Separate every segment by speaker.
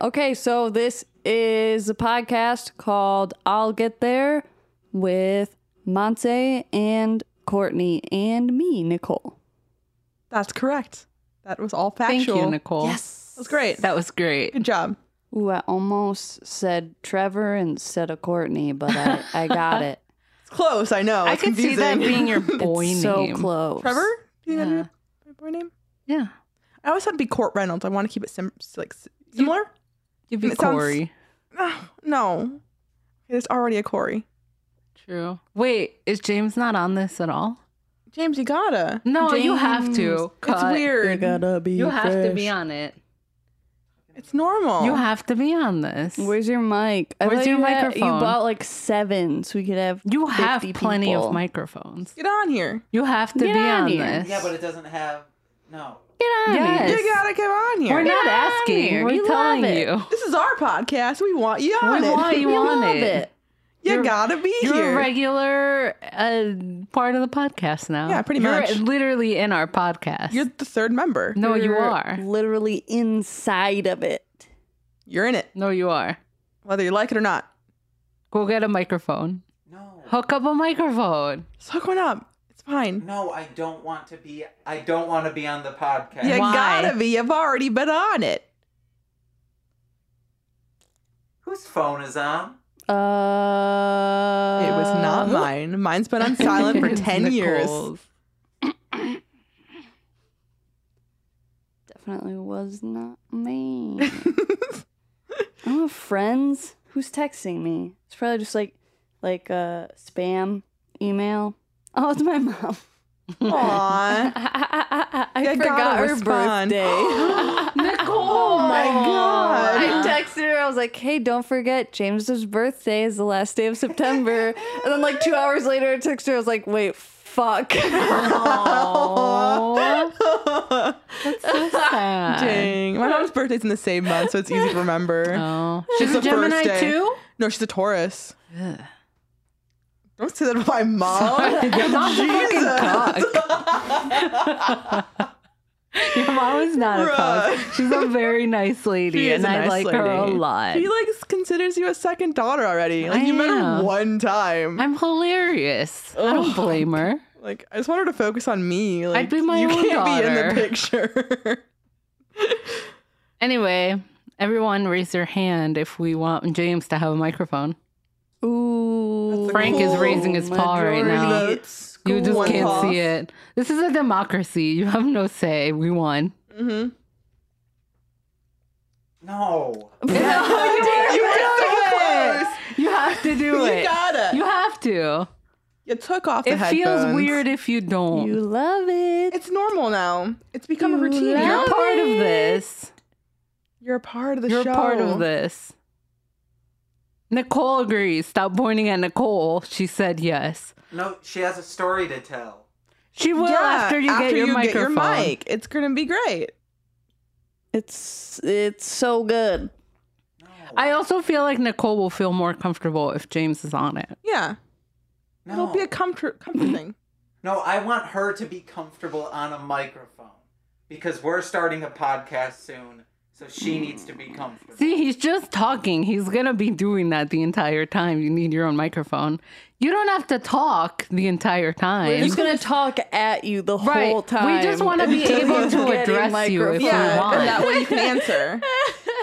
Speaker 1: Okay, so this is a podcast called I'll Get There with Monse and Courtney and me, Nicole.
Speaker 2: That's correct. That was all factual.
Speaker 3: Thank you, Nicole.
Speaker 1: Yes.
Speaker 2: That was great.
Speaker 3: That was great.
Speaker 2: Good job.
Speaker 1: Ooh, I almost said Trevor instead of Courtney, but I, I got it.
Speaker 2: It's close, I know.
Speaker 3: I
Speaker 2: Oh, It's
Speaker 3: could see that
Speaker 2: confusing.
Speaker 3: being your boy
Speaker 1: it's
Speaker 3: name.
Speaker 1: so close.
Speaker 2: Trevor? Do you think that'd
Speaker 3: Yeah.
Speaker 2: be my boy name?
Speaker 3: Yeah.
Speaker 2: I always thought it'd be Court Reynolds. I want to keep it sim- like s- similar.
Speaker 3: You'd be
Speaker 2: It sounds-
Speaker 3: Corey.
Speaker 2: Ah, no. There's already a Corey.
Speaker 3: True. Wait, is James not on this at all?
Speaker 2: James, you gotta.
Speaker 3: No, you have to.
Speaker 1: James.
Speaker 3: Cut.
Speaker 2: It's weird.
Speaker 1: be.
Speaker 3: You have to be on it.
Speaker 2: It's normal.
Speaker 3: You have to be on this.
Speaker 1: Where's your mic? I
Speaker 3: Where's
Speaker 1: thought
Speaker 3: your
Speaker 1: you had-
Speaker 3: microphone?
Speaker 1: you bought like seven, so we could have.
Speaker 3: you have
Speaker 1: 50
Speaker 3: plenty
Speaker 1: people.
Speaker 3: of microphones.
Speaker 2: Get on here.
Speaker 3: You have to
Speaker 1: Get
Speaker 3: be
Speaker 1: on
Speaker 3: on
Speaker 1: here.
Speaker 3: this.
Speaker 4: Yeah, but it doesn't have. No.
Speaker 3: Get on
Speaker 1: Yes.
Speaker 3: it.
Speaker 2: You gotta get on here.
Speaker 3: We're
Speaker 1: Get
Speaker 3: not
Speaker 1: on
Speaker 3: asking.
Speaker 1: here.
Speaker 3: We're
Speaker 1: We
Speaker 3: telling
Speaker 1: love it.
Speaker 3: you.
Speaker 2: this is our podcast. We want you on
Speaker 3: We
Speaker 2: it.
Speaker 3: want you
Speaker 1: We
Speaker 3: on
Speaker 1: love
Speaker 3: it.
Speaker 2: you
Speaker 3: you're-
Speaker 2: gotta be
Speaker 3: You're
Speaker 2: here.
Speaker 3: a regular uh, part of the podcast now.
Speaker 2: Yeah, pretty
Speaker 3: You're
Speaker 2: much.
Speaker 3: literally in our podcast.
Speaker 2: You're the third member.
Speaker 3: no, you
Speaker 1: You're
Speaker 3: are.
Speaker 1: literally inside of it.
Speaker 2: You're in it,
Speaker 3: No, you are.
Speaker 2: whether you like it or not.
Speaker 3: Go get a microphone.
Speaker 4: No.
Speaker 3: Hook up a microphone.
Speaker 2: Just hook one up. It's fine.
Speaker 4: No, I don't want to be. I don't want to be on the podcast.
Speaker 2: You
Speaker 3: Why?
Speaker 2: gotta be. You've already been on it.
Speaker 4: Whose phone is on?
Speaker 1: Uh,
Speaker 2: It was not mine. Mine's been on silent for 10 years.
Speaker 3: Uh, Nicole's.
Speaker 1: Definitely was not me. I don't have friends. Who's texting me? It's probably just like like uh, spam email. Oh, it's my mom.
Speaker 2: Aw.
Speaker 1: I,
Speaker 2: Yeah,
Speaker 1: forgot
Speaker 2: gotta
Speaker 1: her
Speaker 2: respond.
Speaker 1: birthday.
Speaker 3: Nicole.
Speaker 2: my God.
Speaker 1: I texted her. I was like, "Hey, don't forget James's birthday is the last day of September." and then, like two hours later, I texted her. I was like, "Wait, fuck."
Speaker 3: Aw. That's so sad.
Speaker 2: Dang. My mom's birthday's in the same month, so it's easy to remember.
Speaker 3: Oh.
Speaker 2: She's
Speaker 3: She's a
Speaker 2: the first
Speaker 3: Gemini
Speaker 2: day.
Speaker 3: too?
Speaker 2: No, she's a Taurus. Don't say that about my mom.
Speaker 3: Your mom's a fucking cuck. Your mom is not a
Speaker 2: Bruh.
Speaker 3: cuck. She's a very nice lady,
Speaker 2: She is
Speaker 3: and
Speaker 2: a
Speaker 3: I
Speaker 2: nice
Speaker 3: like her a
Speaker 2: lady.
Speaker 3: lot.
Speaker 2: He like considers you a second daughter already. Like you met her
Speaker 3: am.
Speaker 2: one time.
Speaker 3: I'm hilarious. I don't blame her.
Speaker 2: like I just want her to focus on me. Like
Speaker 3: be my
Speaker 2: you
Speaker 3: own
Speaker 2: can't be in the
Speaker 3: daughter.
Speaker 2: picture.
Speaker 3: Anyway, everyone raise their hand if we want James to have a microphone.
Speaker 1: Ooh,
Speaker 2: That's a
Speaker 3: Frank is
Speaker 2: cool
Speaker 3: raising his paw right now.
Speaker 1: majority.
Speaker 2: That's
Speaker 3: You just
Speaker 2: cool.
Speaker 3: can't
Speaker 2: One
Speaker 3: see
Speaker 2: paw.
Speaker 3: it. This is a democracy. You have no say. We won.
Speaker 2: mm-hmm.
Speaker 4: No.
Speaker 2: You were so close.
Speaker 3: You have to do
Speaker 2: You
Speaker 3: it.
Speaker 2: gotta.
Speaker 3: You have to.
Speaker 2: You took off the
Speaker 3: It feels
Speaker 2: headphones.
Speaker 3: weird if you don't.
Speaker 1: You love it.
Speaker 2: It's normal now. It's become a
Speaker 1: You
Speaker 2: routine.
Speaker 1: love
Speaker 3: You're
Speaker 2: You're,
Speaker 3: a
Speaker 1: it.
Speaker 3: part of this.
Speaker 2: you're a part of the
Speaker 3: You're
Speaker 2: show.
Speaker 3: a part of this. Nicole agrees. Stop pointing at Nicole. She said yes.
Speaker 4: No, she has a story to tell.
Speaker 3: She will
Speaker 2: Yeah,
Speaker 3: after you get your
Speaker 2: get your
Speaker 3: microphone.
Speaker 2: mic. It's gonna be great.
Speaker 1: It's it's so good.
Speaker 4: No.
Speaker 3: I also feel like Nicole will feel more comfortable if James is on it.
Speaker 2: Yeah,
Speaker 4: no.
Speaker 2: it'll be a comfort comfort thing.
Speaker 4: no, I want her to be comfortable on a microphone because we're starting a podcast soon, so she needs to be comfortable.
Speaker 3: See, he's just talking. He's going to be doing that the entire time. You need your own microphone. You don't have to talk the entire
Speaker 1: We're
Speaker 3: time.
Speaker 1: just gonna talk at you the
Speaker 3: Right.
Speaker 1: whole time.
Speaker 3: We just wanna be
Speaker 1: until
Speaker 3: able
Speaker 1: you
Speaker 3: to
Speaker 1: get a
Speaker 3: address you if we
Speaker 1: microphone.
Speaker 3: want.
Speaker 2: and that way you can answer.
Speaker 3: Uh,
Speaker 2: you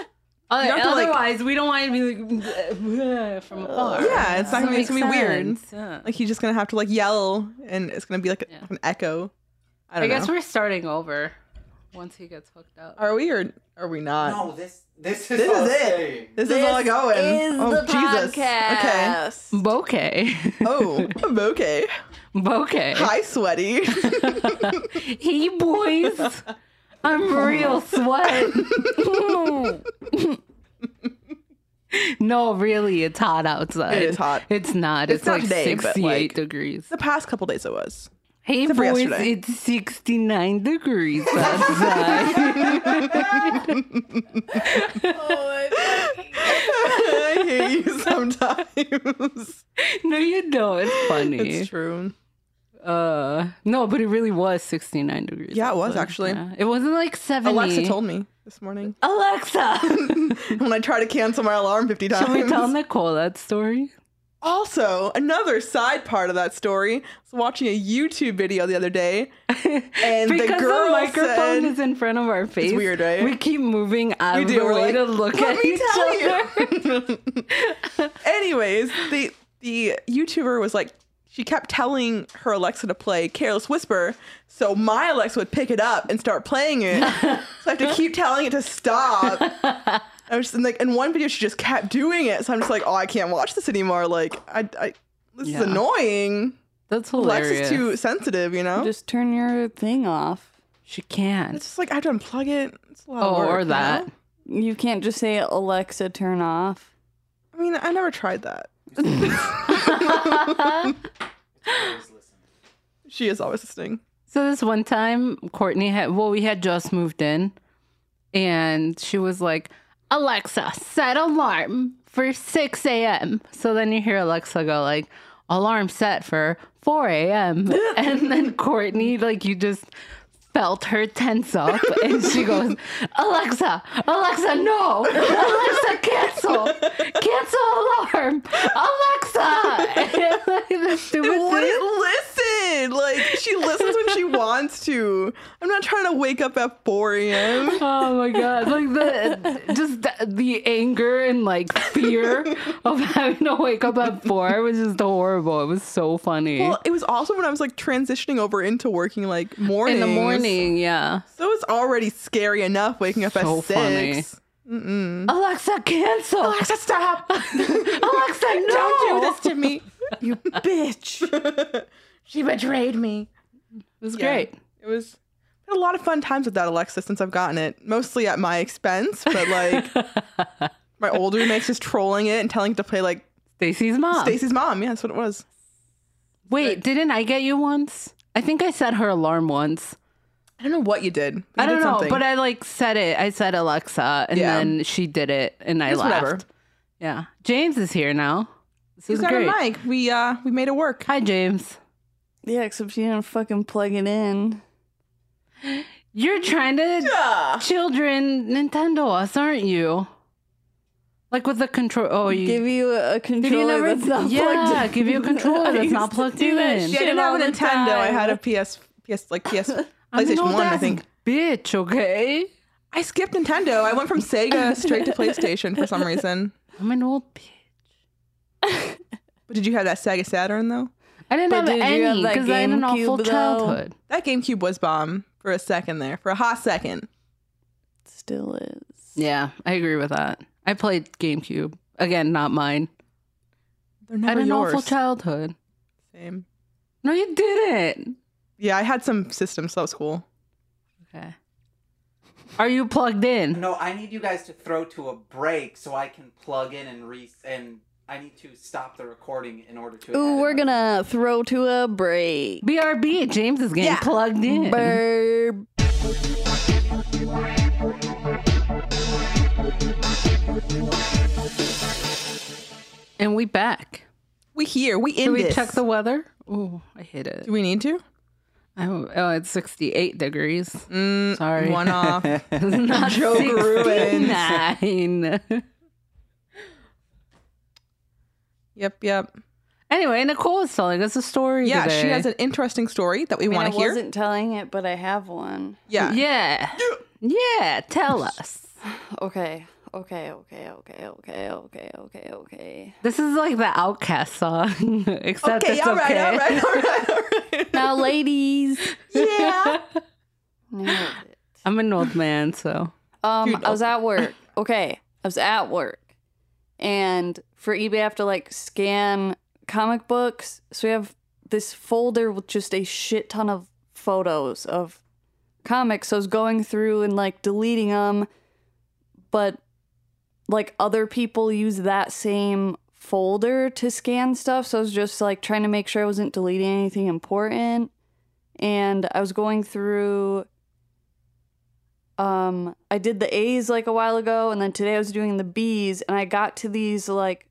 Speaker 2: don't have to, like-
Speaker 3: otherwise, we don't want to be like, from afar.
Speaker 2: yeah, it's not gonna, be- it's
Speaker 3: Doesn't
Speaker 2: gonna be
Speaker 3: make
Speaker 2: weird.
Speaker 3: sense. Yeah.
Speaker 2: Like he's just gonna have to like yell, and it's gonna be like a-
Speaker 3: Yeah.
Speaker 2: like an echo. I
Speaker 3: I,
Speaker 2: don't
Speaker 3: guess
Speaker 2: know.
Speaker 3: we're starting over once he gets hooked up.
Speaker 2: are we or are we not?
Speaker 4: no, this this is
Speaker 2: uh, This
Speaker 4: all
Speaker 2: is it.
Speaker 4: staying.
Speaker 2: This, is all going.
Speaker 1: Is
Speaker 2: oh
Speaker 1: the
Speaker 2: Jesus! Okay.
Speaker 1: podcast.
Speaker 3: Bokeh.
Speaker 2: Oh, I'm okay.
Speaker 3: Bokeh.
Speaker 2: Hi, sweaty.
Speaker 3: Hey, boys. I'm real sweat. no, really, it's hot outside.
Speaker 2: It is hot.
Speaker 3: It's not.
Speaker 2: It's
Speaker 3: It's,
Speaker 2: not
Speaker 3: like
Speaker 2: today, but,
Speaker 3: 68
Speaker 2: like-
Speaker 3: degrees.
Speaker 2: the past couple days it was.
Speaker 3: Hey,
Speaker 2: except for
Speaker 3: boys,
Speaker 2: yesterday.
Speaker 3: it's 69 degrees outside.
Speaker 2: I at you sometimes.
Speaker 3: No, you don't. It's funny.
Speaker 2: it's true.
Speaker 3: Uh, no, but it really was 69 degrees.
Speaker 2: Yeah, it was,
Speaker 3: outside.
Speaker 2: actually.
Speaker 3: Yeah. It wasn't like 70.
Speaker 2: Alexa told me this morning
Speaker 3: Alexa.
Speaker 2: when I try to cancel my alarm 50 times.
Speaker 3: Should we tell Nicole that story?
Speaker 2: Also, another side part of that story, I was watching a YouTube video the other day, and
Speaker 3: because
Speaker 2: the girl
Speaker 3: microphone
Speaker 2: said,
Speaker 3: is in front of our face.
Speaker 2: weird, right?
Speaker 3: We keep moving out
Speaker 2: We
Speaker 3: of
Speaker 2: do,
Speaker 3: the
Speaker 2: we're
Speaker 3: way
Speaker 2: like,
Speaker 3: to look
Speaker 2: "Let
Speaker 3: at
Speaker 2: me
Speaker 3: each
Speaker 2: tell
Speaker 3: other.
Speaker 2: Anyways, the the YouTuber was like, she kept telling her Alexa to play Careless Whisper, so my Alexa would pick it up and start playing it. so I have to keep telling it to stop. I was just, and like in one video, she just kept doing it, so I'm just like, oh, I can't watch this anymore. Like, I, I this
Speaker 3: Yeah.
Speaker 2: is annoying.
Speaker 3: That's
Speaker 2: Alexa's
Speaker 3: hilarious.
Speaker 2: too sensitive, you know.
Speaker 1: Just turn your thing off.
Speaker 3: she can't.
Speaker 2: it's just like I have to unplug it. It's a lot
Speaker 3: Oh,
Speaker 2: of work.
Speaker 3: or
Speaker 2: you know?
Speaker 3: that.
Speaker 1: You can't just say Alexa, turn off.
Speaker 2: I mean, I never tried that.
Speaker 4: Always listen.
Speaker 2: She is always listening.
Speaker 3: So this one time, Courtney had well, we had just moved in, and she was like, "Alexa, set alarm for six a.m." So then you hear Alexa go like, "Alarm set for four a.m." and then Courtney, like, you just felt her tense up, and she goes, "Alexa, Alexa, no, Alexa, cancel, cancel alarm, Alexa." And the stupid
Speaker 2: It
Speaker 3: thing-
Speaker 2: wouldn't listen. Like she listens when she wants to. I'm not trying to wake up at 4 a.m.
Speaker 3: Oh my god! Like the just the, the anger and like fear of having to wake up at four was just horrible. It was so funny
Speaker 2: Well, it was also when I was like transitioning over into working like morning
Speaker 3: in the morning. Yeah,
Speaker 2: So it's already scary enough waking up
Speaker 3: So
Speaker 2: at six.
Speaker 3: Alexa, cancel. Alexa,
Speaker 2: Stop!
Speaker 3: no!
Speaker 2: Don't do this to me.
Speaker 1: You bitch.
Speaker 2: She betrayed me.
Speaker 3: It was
Speaker 2: Yeah.
Speaker 3: great.
Speaker 2: It was I had a lot of fun times with that Alexa since I've gotten it, mostly at my expense. But like my older roommates just trolling it and telling it to play like
Speaker 3: Stacy's mom.
Speaker 2: Stacy's mom. Yeah, that's what it was.
Speaker 3: Wait, didn't I get you once? I think I set her alarm once.
Speaker 2: I don't know what you did. but you
Speaker 3: I don't
Speaker 2: did
Speaker 3: know,
Speaker 2: something.
Speaker 3: but I like said it. I said Alexa, and
Speaker 2: Yeah.
Speaker 3: then she did it, and I
Speaker 2: It's
Speaker 3: laughed.
Speaker 2: whatever.
Speaker 3: Yeah, James is here now. This
Speaker 2: He's
Speaker 3: is
Speaker 2: got
Speaker 3: great.
Speaker 2: a mic. We uh we made it work.
Speaker 3: Hi, James.
Speaker 1: yeah, except you didn't fucking plug it in.
Speaker 3: You're trying to children Nintendo us, aren't you? Like with the control. Oh, you
Speaker 1: Give you a controller
Speaker 3: never-
Speaker 1: that's not
Speaker 3: Yeah,
Speaker 1: plugged in.
Speaker 3: give you a controller
Speaker 1: I
Speaker 3: that's
Speaker 1: used
Speaker 3: not
Speaker 1: to
Speaker 3: plugged
Speaker 1: do that
Speaker 3: in.
Speaker 2: Yeah, I
Speaker 1: shit
Speaker 2: didn't have a
Speaker 1: all the
Speaker 2: Nintendo. I
Speaker 1: time.
Speaker 2: had a PS PS like PS
Speaker 3: I'm an
Speaker 2: PlayStation
Speaker 3: old
Speaker 2: One, I
Speaker 3: ass
Speaker 2: think.
Speaker 3: Bitch, okay.
Speaker 2: I skipped Nintendo. I went from Sega straight to PlayStation for some reason.
Speaker 3: I'm an old bitch.
Speaker 2: But did you have that Sega Saturn though?
Speaker 3: I didn't
Speaker 1: But
Speaker 3: have
Speaker 1: did you have
Speaker 3: any
Speaker 1: that
Speaker 3: because I had an
Speaker 1: GameCube,
Speaker 3: awful
Speaker 1: though?
Speaker 3: childhood.
Speaker 2: That GameCube was bomb for a second there, for a hot second.
Speaker 1: Still is.
Speaker 3: Yeah, I agree with that. I played GameCube again, not mine.
Speaker 2: They're
Speaker 3: I had
Speaker 2: never
Speaker 3: an
Speaker 2: yours.
Speaker 3: awful childhood.
Speaker 2: Same.
Speaker 3: No, you didn't.
Speaker 2: Yeah, I had some systems. So that was cool.
Speaker 3: Okay. Are you plugged in?
Speaker 4: No, I need you guys to throw to a break so I can plug in and re and I need to stop the recording in order to.
Speaker 1: Ooh,
Speaker 4: edit
Speaker 1: we're
Speaker 4: it.
Speaker 1: gonna throw to a break.
Speaker 3: BRB. James is getting
Speaker 2: Yeah.
Speaker 3: plugged in.
Speaker 1: Burp.
Speaker 3: And we back.
Speaker 2: We here. We in
Speaker 3: Should we
Speaker 2: this.
Speaker 3: check the weather? Ooh, I hate it.
Speaker 2: Do we need to?
Speaker 3: Oh, oh, it's 68 degrees.
Speaker 2: Mm,
Speaker 3: Sorry.
Speaker 2: One off.
Speaker 3: It's not
Speaker 2: Joke ruins.
Speaker 3: 69.
Speaker 2: yep. Yep.
Speaker 3: anyway, Nicole is telling us a story.
Speaker 2: Yeah, she
Speaker 3: today.
Speaker 2: has an interesting story that we
Speaker 1: I mean,
Speaker 2: want
Speaker 1: I
Speaker 2: to hear.
Speaker 1: wasn't telling it, but I have one.
Speaker 2: Yeah.
Speaker 3: Yeah. Yeah, tell us.
Speaker 1: Okay, okay, okay, okay, okay, okay, okay, okay.
Speaker 3: This is like the Outcast song, except
Speaker 2: Okay,
Speaker 3: it's
Speaker 2: all right,
Speaker 3: okay.
Speaker 2: all right, all right, all right.
Speaker 1: Now, ladies.
Speaker 2: Yeah.
Speaker 1: Nailed it.
Speaker 3: I'm an old man, so
Speaker 1: Um,
Speaker 2: Dude,
Speaker 1: I was at work. Okay, I was at work, and for eBay, I have to like scan comic books. So we have this folder with just a shit ton of photos of comics. So I was going through and like deleting them, but like other people use that same folder to scan stuff. So I was just like trying to make sure I wasn't deleting anything important. And I was going through um i did the a's like a while ago and then today i was doing the b's and i got to these like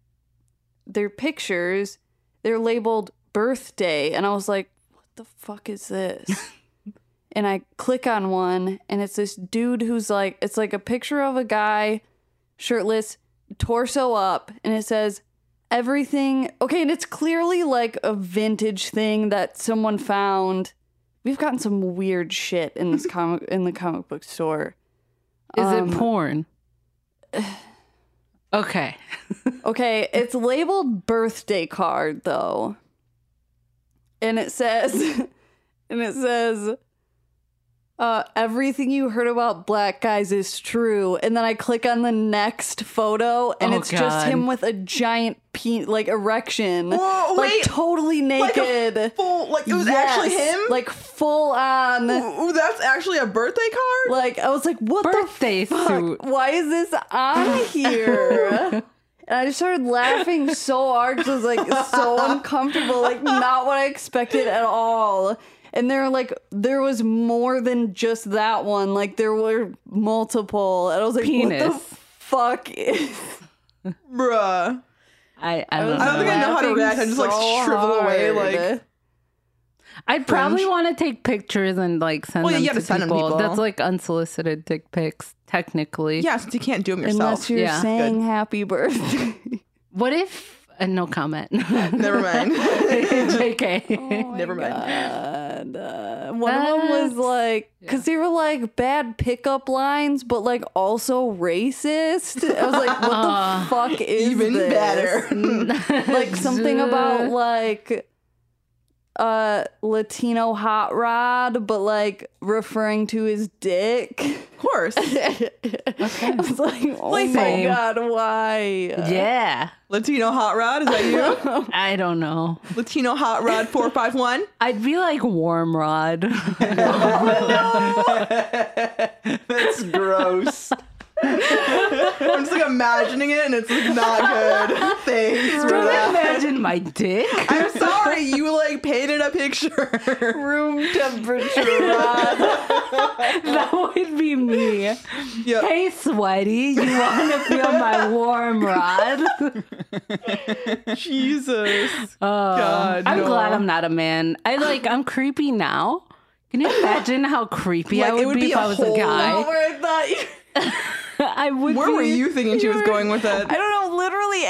Speaker 1: their pictures, they're labeled birthday. And I was like, what the fuck is this? and I click on one, and it's this dude who's like, it's like a picture of a guy shirtless, torso up, and it says, everything. Okay, and it's clearly like a vintage thing that someone found. We've gotten some weird shit in this comic in the comic book store.
Speaker 3: Is
Speaker 1: Um,
Speaker 3: it porn? okay.
Speaker 1: Okay, it's labeled birthday card though. And it says and it says uh everything you heard about black guys is true. And then I click on the next photo and
Speaker 3: Oh,
Speaker 1: it's just
Speaker 3: God.
Speaker 1: him with a giant pe- like erection.
Speaker 2: Whoa,
Speaker 1: like
Speaker 2: wait.
Speaker 1: totally
Speaker 2: like a
Speaker 1: naked.
Speaker 2: full, like it was actually
Speaker 1: Yes,
Speaker 2: him.
Speaker 1: Like full on
Speaker 2: Ooh, ooh, that's actually a birthday card.
Speaker 1: like I was like, what
Speaker 3: Birthday
Speaker 1: the fuck?
Speaker 3: suit.
Speaker 1: Why is this on here? and I just started laughing so hard. 'cause I was like so uncomfortable, like not what I expected at all. And there, like, there was more than just that one. Like, there were multiple, and I was like, "What the
Speaker 3: Penis.
Speaker 1: fuck?" is-
Speaker 2: Bruh.
Speaker 3: I, I don't
Speaker 1: was
Speaker 2: I
Speaker 3: know.
Speaker 2: don't think I know how to
Speaker 1: laughing
Speaker 2: react. I just, like, shrivel away, like-
Speaker 3: I'd probably want to take pictures and like send
Speaker 2: Well, yeah,
Speaker 3: them
Speaker 2: you
Speaker 3: to
Speaker 2: have to send 'em
Speaker 3: people.
Speaker 2: people.
Speaker 3: That's like unsolicited dick pics, technically.
Speaker 2: Yeah, since you can't do them yourself.
Speaker 1: unless you're
Speaker 3: Yeah.
Speaker 1: saying "Happy Birthday."
Speaker 3: What if? Uh, no comment.
Speaker 2: Never mind.
Speaker 3: Oh Jk.
Speaker 2: Never mind.
Speaker 1: God. Uh, one of them was
Speaker 3: That's-
Speaker 1: like, because they were like bad pickup lines, but like also racist. I was like, what the
Speaker 3: Ah.
Speaker 1: fuck is
Speaker 2: Even
Speaker 1: this?
Speaker 2: better.
Speaker 1: Like something about like uh Latino hot rod, but like referring to his dick.
Speaker 2: of course.
Speaker 1: I was like, oh my
Speaker 3: Same.
Speaker 1: god, why?
Speaker 3: yeah.
Speaker 2: Latino Hot Rod, is that you?
Speaker 3: I don't know.
Speaker 2: Latino Hot Rod 451?
Speaker 3: I'd be like warm rod.
Speaker 4: That's gross.
Speaker 2: I'm just like imagining it and it's like not good. Thanks,
Speaker 3: Don't
Speaker 2: Rhoda.
Speaker 3: imagine my dick.
Speaker 2: I'm sorry, you like painted a picture.
Speaker 1: Room temperature rod.
Speaker 3: That would be me.
Speaker 2: Yep.
Speaker 3: Hey, sweaty, you want to feel my warm rod?
Speaker 2: Jesus.
Speaker 3: Oh,
Speaker 2: God,
Speaker 3: I'm
Speaker 2: no.
Speaker 3: glad I'm not a man. I like I'm creepy now. Can you imagine how creepy I
Speaker 2: Like,
Speaker 3: would,
Speaker 2: it would
Speaker 3: be,
Speaker 2: be
Speaker 3: if
Speaker 2: a
Speaker 3: I was
Speaker 2: whole-
Speaker 3: a
Speaker 1: Not
Speaker 3: guy?
Speaker 1: where I thought you.
Speaker 3: I would.
Speaker 2: Where
Speaker 3: be-
Speaker 2: were you thinking she was going with
Speaker 1: I
Speaker 2: it?
Speaker 1: don't know literally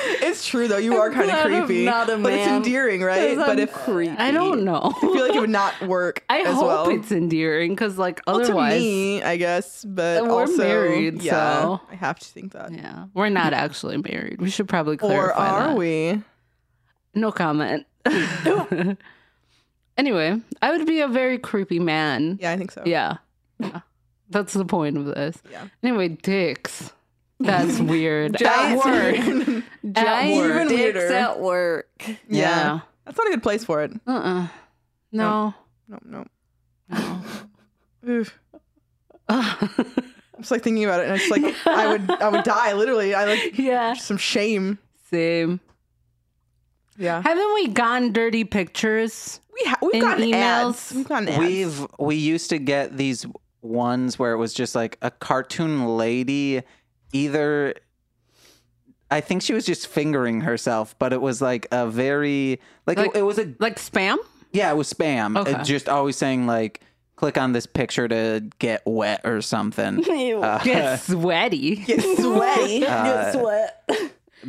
Speaker 1: anything.
Speaker 2: It's true though, you are kind of
Speaker 1: glad I'm
Speaker 2: creepy.
Speaker 1: not a
Speaker 2: But it's
Speaker 1: man,
Speaker 2: endearing, right?
Speaker 1: 'cause
Speaker 2: But
Speaker 1: I'm
Speaker 2: if creepy.
Speaker 3: I don't know.
Speaker 2: I feel like it would not work.
Speaker 3: I
Speaker 2: as
Speaker 3: hope
Speaker 2: well.
Speaker 3: it's endearing because, like,
Speaker 2: Well, to
Speaker 3: otherwise,
Speaker 2: me, I guess, but
Speaker 3: And we're
Speaker 2: also
Speaker 3: married,
Speaker 2: yeah,
Speaker 3: so-
Speaker 2: I have to think that.
Speaker 3: yeah, we're not actually married. We should probably
Speaker 2: Or
Speaker 3: clarify
Speaker 2: are
Speaker 3: that.
Speaker 2: we?
Speaker 3: No comment. anyway, I would be a very creepy man.
Speaker 2: Yeah, I think so.
Speaker 3: Yeah. Yeah. That's the point of this.
Speaker 2: Yeah.
Speaker 3: Anyway, dicks. That's weird. At
Speaker 1: Giants.
Speaker 3: work.
Speaker 1: Giant
Speaker 2: work. Even
Speaker 1: dicks
Speaker 2: weirder.
Speaker 1: at work.
Speaker 2: yeah. That's not a good place for it.
Speaker 3: Uh uh No.
Speaker 2: No, no.
Speaker 3: No.
Speaker 2: Oof. I'm just like thinking about it, and it's like I would, I would die literally. I like
Speaker 3: yeah.
Speaker 2: some shame.
Speaker 3: Same.
Speaker 2: Yeah,
Speaker 3: Haven't we gotten dirty pictures?
Speaker 2: we ha- we've
Speaker 3: In
Speaker 2: gotten ads.
Speaker 3: emails,
Speaker 2: We've gotten ads.
Speaker 4: We've we used to get these ones where it was just like a cartoon lady either I think she was just fingering herself, but it was like a very like,
Speaker 3: Like-
Speaker 4: it, it was a
Speaker 3: Like spam?
Speaker 4: yeah, it was spam. It
Speaker 3: Okay.
Speaker 4: just always saying like click on this picture to get wet or something.
Speaker 1: Ew.
Speaker 4: Uh,
Speaker 3: Get sweaty.
Speaker 2: get sweaty.
Speaker 1: Get sweat.
Speaker 2: Uh,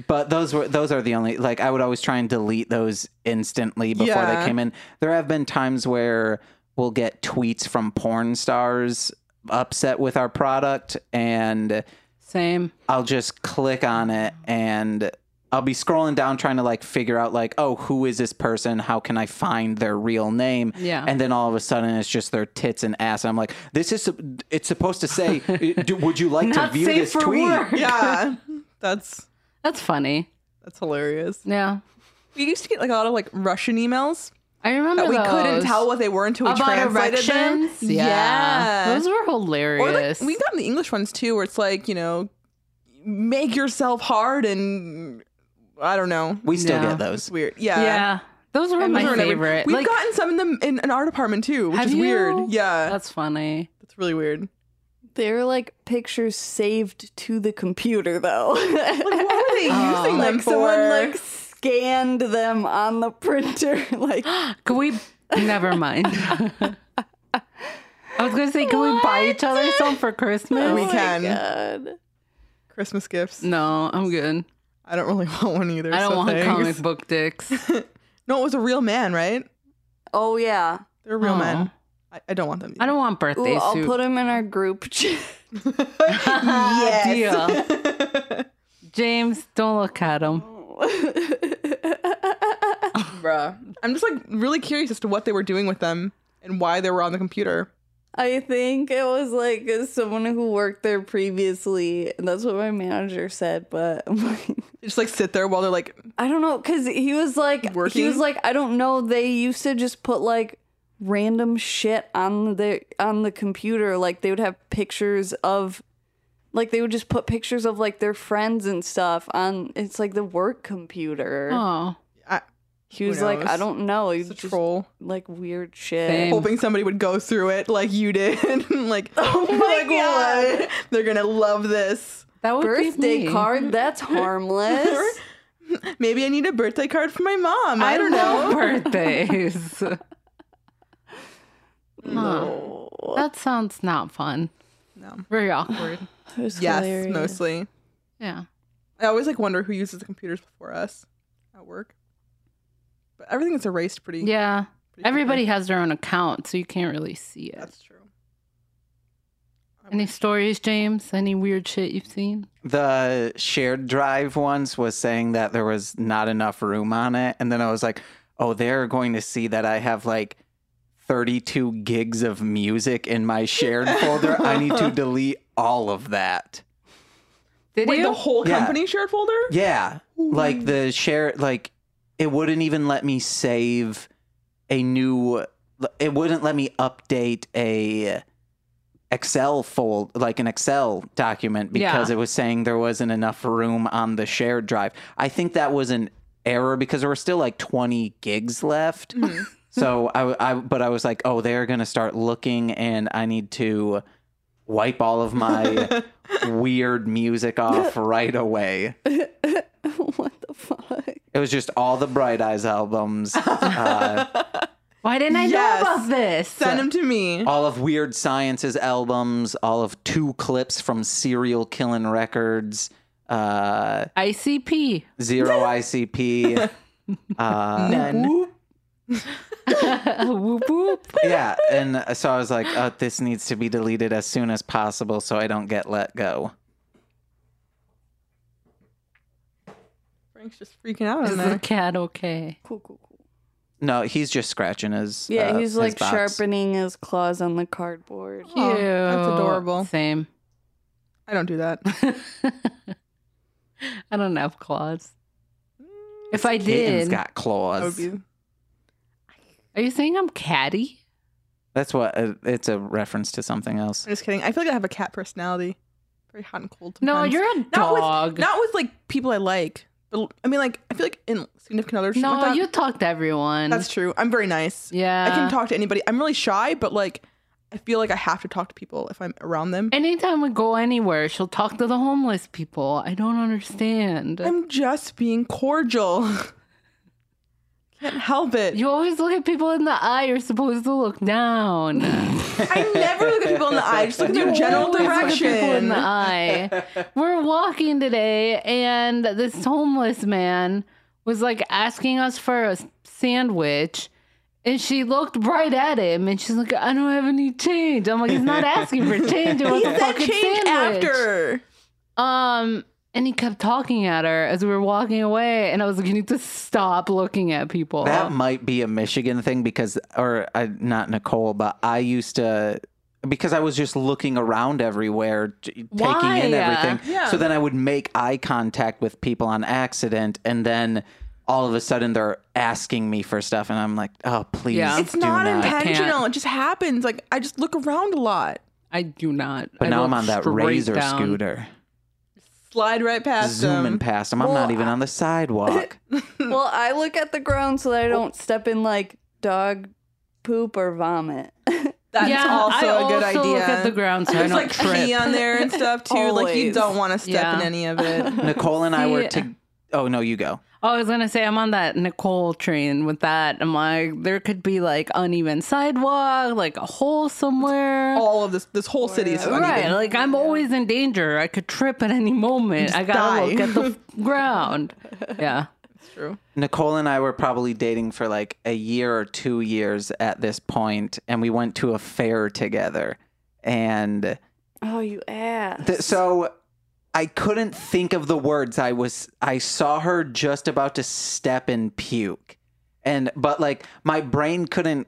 Speaker 4: But those were those are the only like I would always try and delete those instantly before
Speaker 2: Yeah.
Speaker 4: they came in. There have been times where we'll get tweets from porn stars upset with our product and
Speaker 3: Same.
Speaker 4: I'll just click on it and I'll be scrolling down trying to like figure out like oh who is this person how can I find their real name
Speaker 3: Yeah.
Speaker 4: and then all of a sudden it's just their tits and ass and I'm like this is it's supposed to say do, would you like to
Speaker 3: Not
Speaker 4: view
Speaker 3: safe
Speaker 4: this
Speaker 3: for
Speaker 4: tweet
Speaker 3: work.
Speaker 2: yeah, that's
Speaker 3: That's funny.
Speaker 2: that's hilarious.
Speaker 3: Yeah.
Speaker 2: We used to get like a lot of like Russian emails
Speaker 3: I remember
Speaker 2: that we couldn't
Speaker 3: those.
Speaker 2: tell what they were until we
Speaker 3: about
Speaker 2: translated them.
Speaker 3: erections. Yeah. Those were
Speaker 2: Or
Speaker 3: hilarious.
Speaker 2: like, we've gotten the English ones too, where it's like you know, make yourself hard and I don't know.
Speaker 4: we still
Speaker 3: No.
Speaker 4: get those
Speaker 2: It's weird.
Speaker 3: yeah.
Speaker 2: Yeah.
Speaker 3: Those were
Speaker 2: And
Speaker 3: my
Speaker 2: those are in every-
Speaker 3: favorite.
Speaker 2: We've
Speaker 3: like
Speaker 2: gotten some in the in, in our department too, which
Speaker 3: Have
Speaker 2: is
Speaker 3: you?
Speaker 2: weird. Yeah,
Speaker 3: that's funny.
Speaker 2: that's really weird.
Speaker 1: They're like pictures saved to the computer though.
Speaker 2: What were they using them
Speaker 1: like
Speaker 2: for?
Speaker 1: someone like scanned them on the printer. Like
Speaker 3: Can we? Never mind. I was gonna say, can we buy each other some for Christmas?
Speaker 2: We
Speaker 1: oh my
Speaker 2: can.
Speaker 1: God.
Speaker 2: Christmas gifts.
Speaker 3: No, I'm good.
Speaker 2: I don't really want one either.
Speaker 3: Mm. I don't
Speaker 2: so
Speaker 3: want
Speaker 2: thanks.
Speaker 3: comic book dicks.
Speaker 2: No, it was a real man, right?
Speaker 1: Oh yeah.
Speaker 2: They're real
Speaker 3: Oh.
Speaker 2: men. I, I don't want them.
Speaker 3: I don't want
Speaker 1: Ooh,
Speaker 3: birthday
Speaker 1: I'll
Speaker 3: suit.
Speaker 1: put them in our group chat.
Speaker 2: yes.
Speaker 3: James, don't look at him.
Speaker 2: Bruh. I'm just like really curious as to what they were doing with them and why they were on the computer.
Speaker 1: I think it was like someone who worked there previously, and that's what my manager said. But I'm like,
Speaker 2: They just like sit there while they're like,
Speaker 1: I don't know, cause he was like, he
Speaker 2: Working?
Speaker 1: was like, I don't know. They used to just put like random shit on the on the computer. Like they would have pictures of, like they would just put pictures of like their friends and stuff on. It's like the work computer.
Speaker 3: Oh,
Speaker 2: I,
Speaker 1: he
Speaker 2: who
Speaker 1: was like, I
Speaker 2: knows?
Speaker 1: don't know. He
Speaker 2: it's a
Speaker 1: just
Speaker 2: troll.
Speaker 1: like weird shit.
Speaker 3: Same.
Speaker 2: Hoping somebody would go through it like you did. like,
Speaker 1: Oh my
Speaker 2: like
Speaker 1: God.
Speaker 2: what? They're gonna love this.
Speaker 3: that would be
Speaker 1: Birthday
Speaker 3: me.
Speaker 1: card. That's harmless.
Speaker 2: Maybe I need a birthday card for my mom. I, don't know.
Speaker 3: love birthdays.
Speaker 1: no.
Speaker 3: that sounds not fun.
Speaker 2: No.
Speaker 3: Very awkward.
Speaker 1: It was
Speaker 2: Yes,
Speaker 1: hilarious.
Speaker 2: mostly.
Speaker 3: Yeah.
Speaker 2: I always like wonder who uses the computers before us at work. But everything is erased pretty.
Speaker 3: Yeah.
Speaker 2: pretty quickly.
Speaker 3: Everybody has their own account, so you can't really see it.
Speaker 2: That's true.
Speaker 3: Any stories, James? Any weird shit you've seen?
Speaker 4: the shared drive once was saying that there was not enough room on it and then i was like oh they're going to see that i have like 32 gigs of music in my shared folder i need to delete all of that
Speaker 3: Did
Speaker 2: Wait,
Speaker 3: you?
Speaker 2: the whole
Speaker 4: Yeah.
Speaker 2: company shared folder?
Speaker 4: yeah like the share like it wouldn't even let me save a new it wouldn't let me update a excel fold like an excel document because
Speaker 3: Yeah.
Speaker 4: it was saying there wasn't enough room on the shared drive i think that was an error because there were still like 20 gigs left so I, I but i was like oh they're gonna start looking and i need to wipe all of my weird music off right away
Speaker 1: what the fuck?
Speaker 4: it was just all the Bright Eyes albums, uh,
Speaker 3: Why didn't I
Speaker 2: Yes.
Speaker 3: know about this?
Speaker 2: Send them to me.
Speaker 4: all of Weird Science's albums, all of two clips from Serial Killing Records, uh,
Speaker 3: ICP.
Speaker 4: Zero ICP. Uh,
Speaker 2: Whoop.
Speaker 3: whoop whoop.
Speaker 4: Yeah, and so I was like, uh, this needs to be deleted as soon as possible so I don't get let go.
Speaker 2: Frank's just freaking out
Speaker 3: Is
Speaker 2: on
Speaker 3: the
Speaker 2: there.
Speaker 3: cat okay?
Speaker 1: Cool, cool, cool.
Speaker 4: No, he's just scratching his.
Speaker 1: Yeah,
Speaker 4: uh,
Speaker 1: he's
Speaker 4: his
Speaker 1: like
Speaker 4: box.
Speaker 1: sharpening his claws on the cardboard.
Speaker 2: Aw, that's
Speaker 3: Cute.
Speaker 2: adorable.
Speaker 3: Same.
Speaker 2: I don't do that.
Speaker 3: I don't have claws. If I
Speaker 4: Kitten's
Speaker 3: did,
Speaker 4: got
Speaker 2: I would
Speaker 4: claws.
Speaker 2: be.
Speaker 3: are you saying I'm catty?
Speaker 4: That's what. Uh, it's a reference to something else.
Speaker 2: I'm just kidding. I feel like I have a cat personality. Very hot and cold.
Speaker 3: No,
Speaker 2: sometimes.
Speaker 3: you're a
Speaker 2: not
Speaker 3: dog.
Speaker 2: with not with like people I like, but I mean like I feel like in significant others.
Speaker 3: no,
Speaker 2: like that-
Speaker 3: you talk to everyone.
Speaker 2: That's true. I'm very nice.
Speaker 3: yeah.
Speaker 2: I can talk to anybody. I'm really shy, but like I feel like I have to talk to people if I'm around them.
Speaker 3: Anytime we go anywhere, she'll talk to the homeless people. I don't understand.
Speaker 2: I'm just being cordial. Can't help it.
Speaker 3: you always look at people in the eye. You're supposed to look down.
Speaker 2: I never look at people in the eye. I just look at their
Speaker 3: You
Speaker 2: general
Speaker 3: always look at People
Speaker 2: direction.
Speaker 3: in the eye. We're walking today, and this homeless man was like asking us for a s- sandwich. And she looked right at him, and she's like, "I don't have any change." I'm like, "He's not asking for change. It was
Speaker 2: Eat
Speaker 3: a
Speaker 2: that
Speaker 3: fucking
Speaker 2: change
Speaker 3: sandwich."
Speaker 2: after.
Speaker 3: Um, and he kept talking at her as we were walking away, and I was like, "You need to stop looking at people."
Speaker 4: That might be a Michigan thing because, or I, not Nicole, but I used to, because I was just looking around everywhere, t- taking
Speaker 3: Why?
Speaker 4: in everything.
Speaker 2: Yeah.
Speaker 4: So then I would make eye contact with people on accident, and then all of a sudden they're asking me for stuff, and I'm like, oh, please.
Speaker 3: Yeah.
Speaker 2: It's
Speaker 4: do
Speaker 2: not,
Speaker 4: not.
Speaker 2: intentional. It just happens. Like I just look around a lot.
Speaker 3: I do not.
Speaker 4: But
Speaker 3: I
Speaker 4: now
Speaker 3: look
Speaker 4: I'm on that
Speaker 3: straight
Speaker 4: razor
Speaker 3: down.
Speaker 4: scooter,
Speaker 2: Slide right past
Speaker 4: zooming
Speaker 2: them.
Speaker 4: past them. I'm not even on the sidewalk.
Speaker 1: well, I look at the ground so that I don't step in like dog poop or vomit.
Speaker 2: That's
Speaker 3: yeah,
Speaker 2: also
Speaker 3: I
Speaker 2: a good
Speaker 3: also
Speaker 2: idea.
Speaker 3: Look at the ground so I
Speaker 2: There's
Speaker 3: don't
Speaker 2: like
Speaker 3: trip.
Speaker 2: pee on there and stuff too. Like you
Speaker 1: Always.
Speaker 2: don't want to step in
Speaker 3: Yeah.
Speaker 2: any of it.
Speaker 4: Nicole and I were
Speaker 3: See- uh,
Speaker 4: to. Oh no, you go.
Speaker 3: Oh, I was gonna say I'm on that Nicole train with that. I'm like, there could be like uneven sidewalk, like a hole somewhere.
Speaker 2: All of this, this whole city is uneven.
Speaker 3: Right, like I'm always in danger. I could trip at any moment. I gotta
Speaker 2: die.
Speaker 3: look at the f- ground. Yeah.
Speaker 2: It's true.
Speaker 4: Nicole and I were probably dating for like a year or two years at this point, and we went to a fair together. And
Speaker 1: Oh, you ass.
Speaker 4: th- so I couldn't think of the words. I was I saw her just about to step and puke. And but like my brain couldn't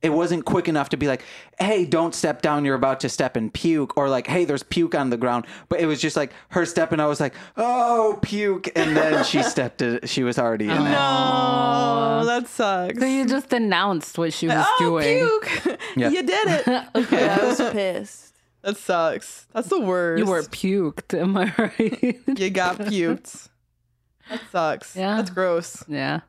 Speaker 4: it wasn't quick enough to be like, "Hey, don't step down. You're about to step and puke," or like, "Hey, there's puke on the ground." But it was just like her step, and I was like, "Oh, puke!" And then she stepped. It, she was already in
Speaker 2: Oh,
Speaker 4: it.
Speaker 2: No, that sucks.
Speaker 3: So you just announced what she was
Speaker 2: oh,
Speaker 3: doing.
Speaker 2: puke!
Speaker 4: Yeah.
Speaker 2: you did it.
Speaker 1: Okay, I was pissed.
Speaker 2: That sucks. That's the worst.
Speaker 3: You were puked, am I right?
Speaker 2: You got puked. That sucks.
Speaker 3: Yeah.
Speaker 2: That's gross.
Speaker 3: yeah.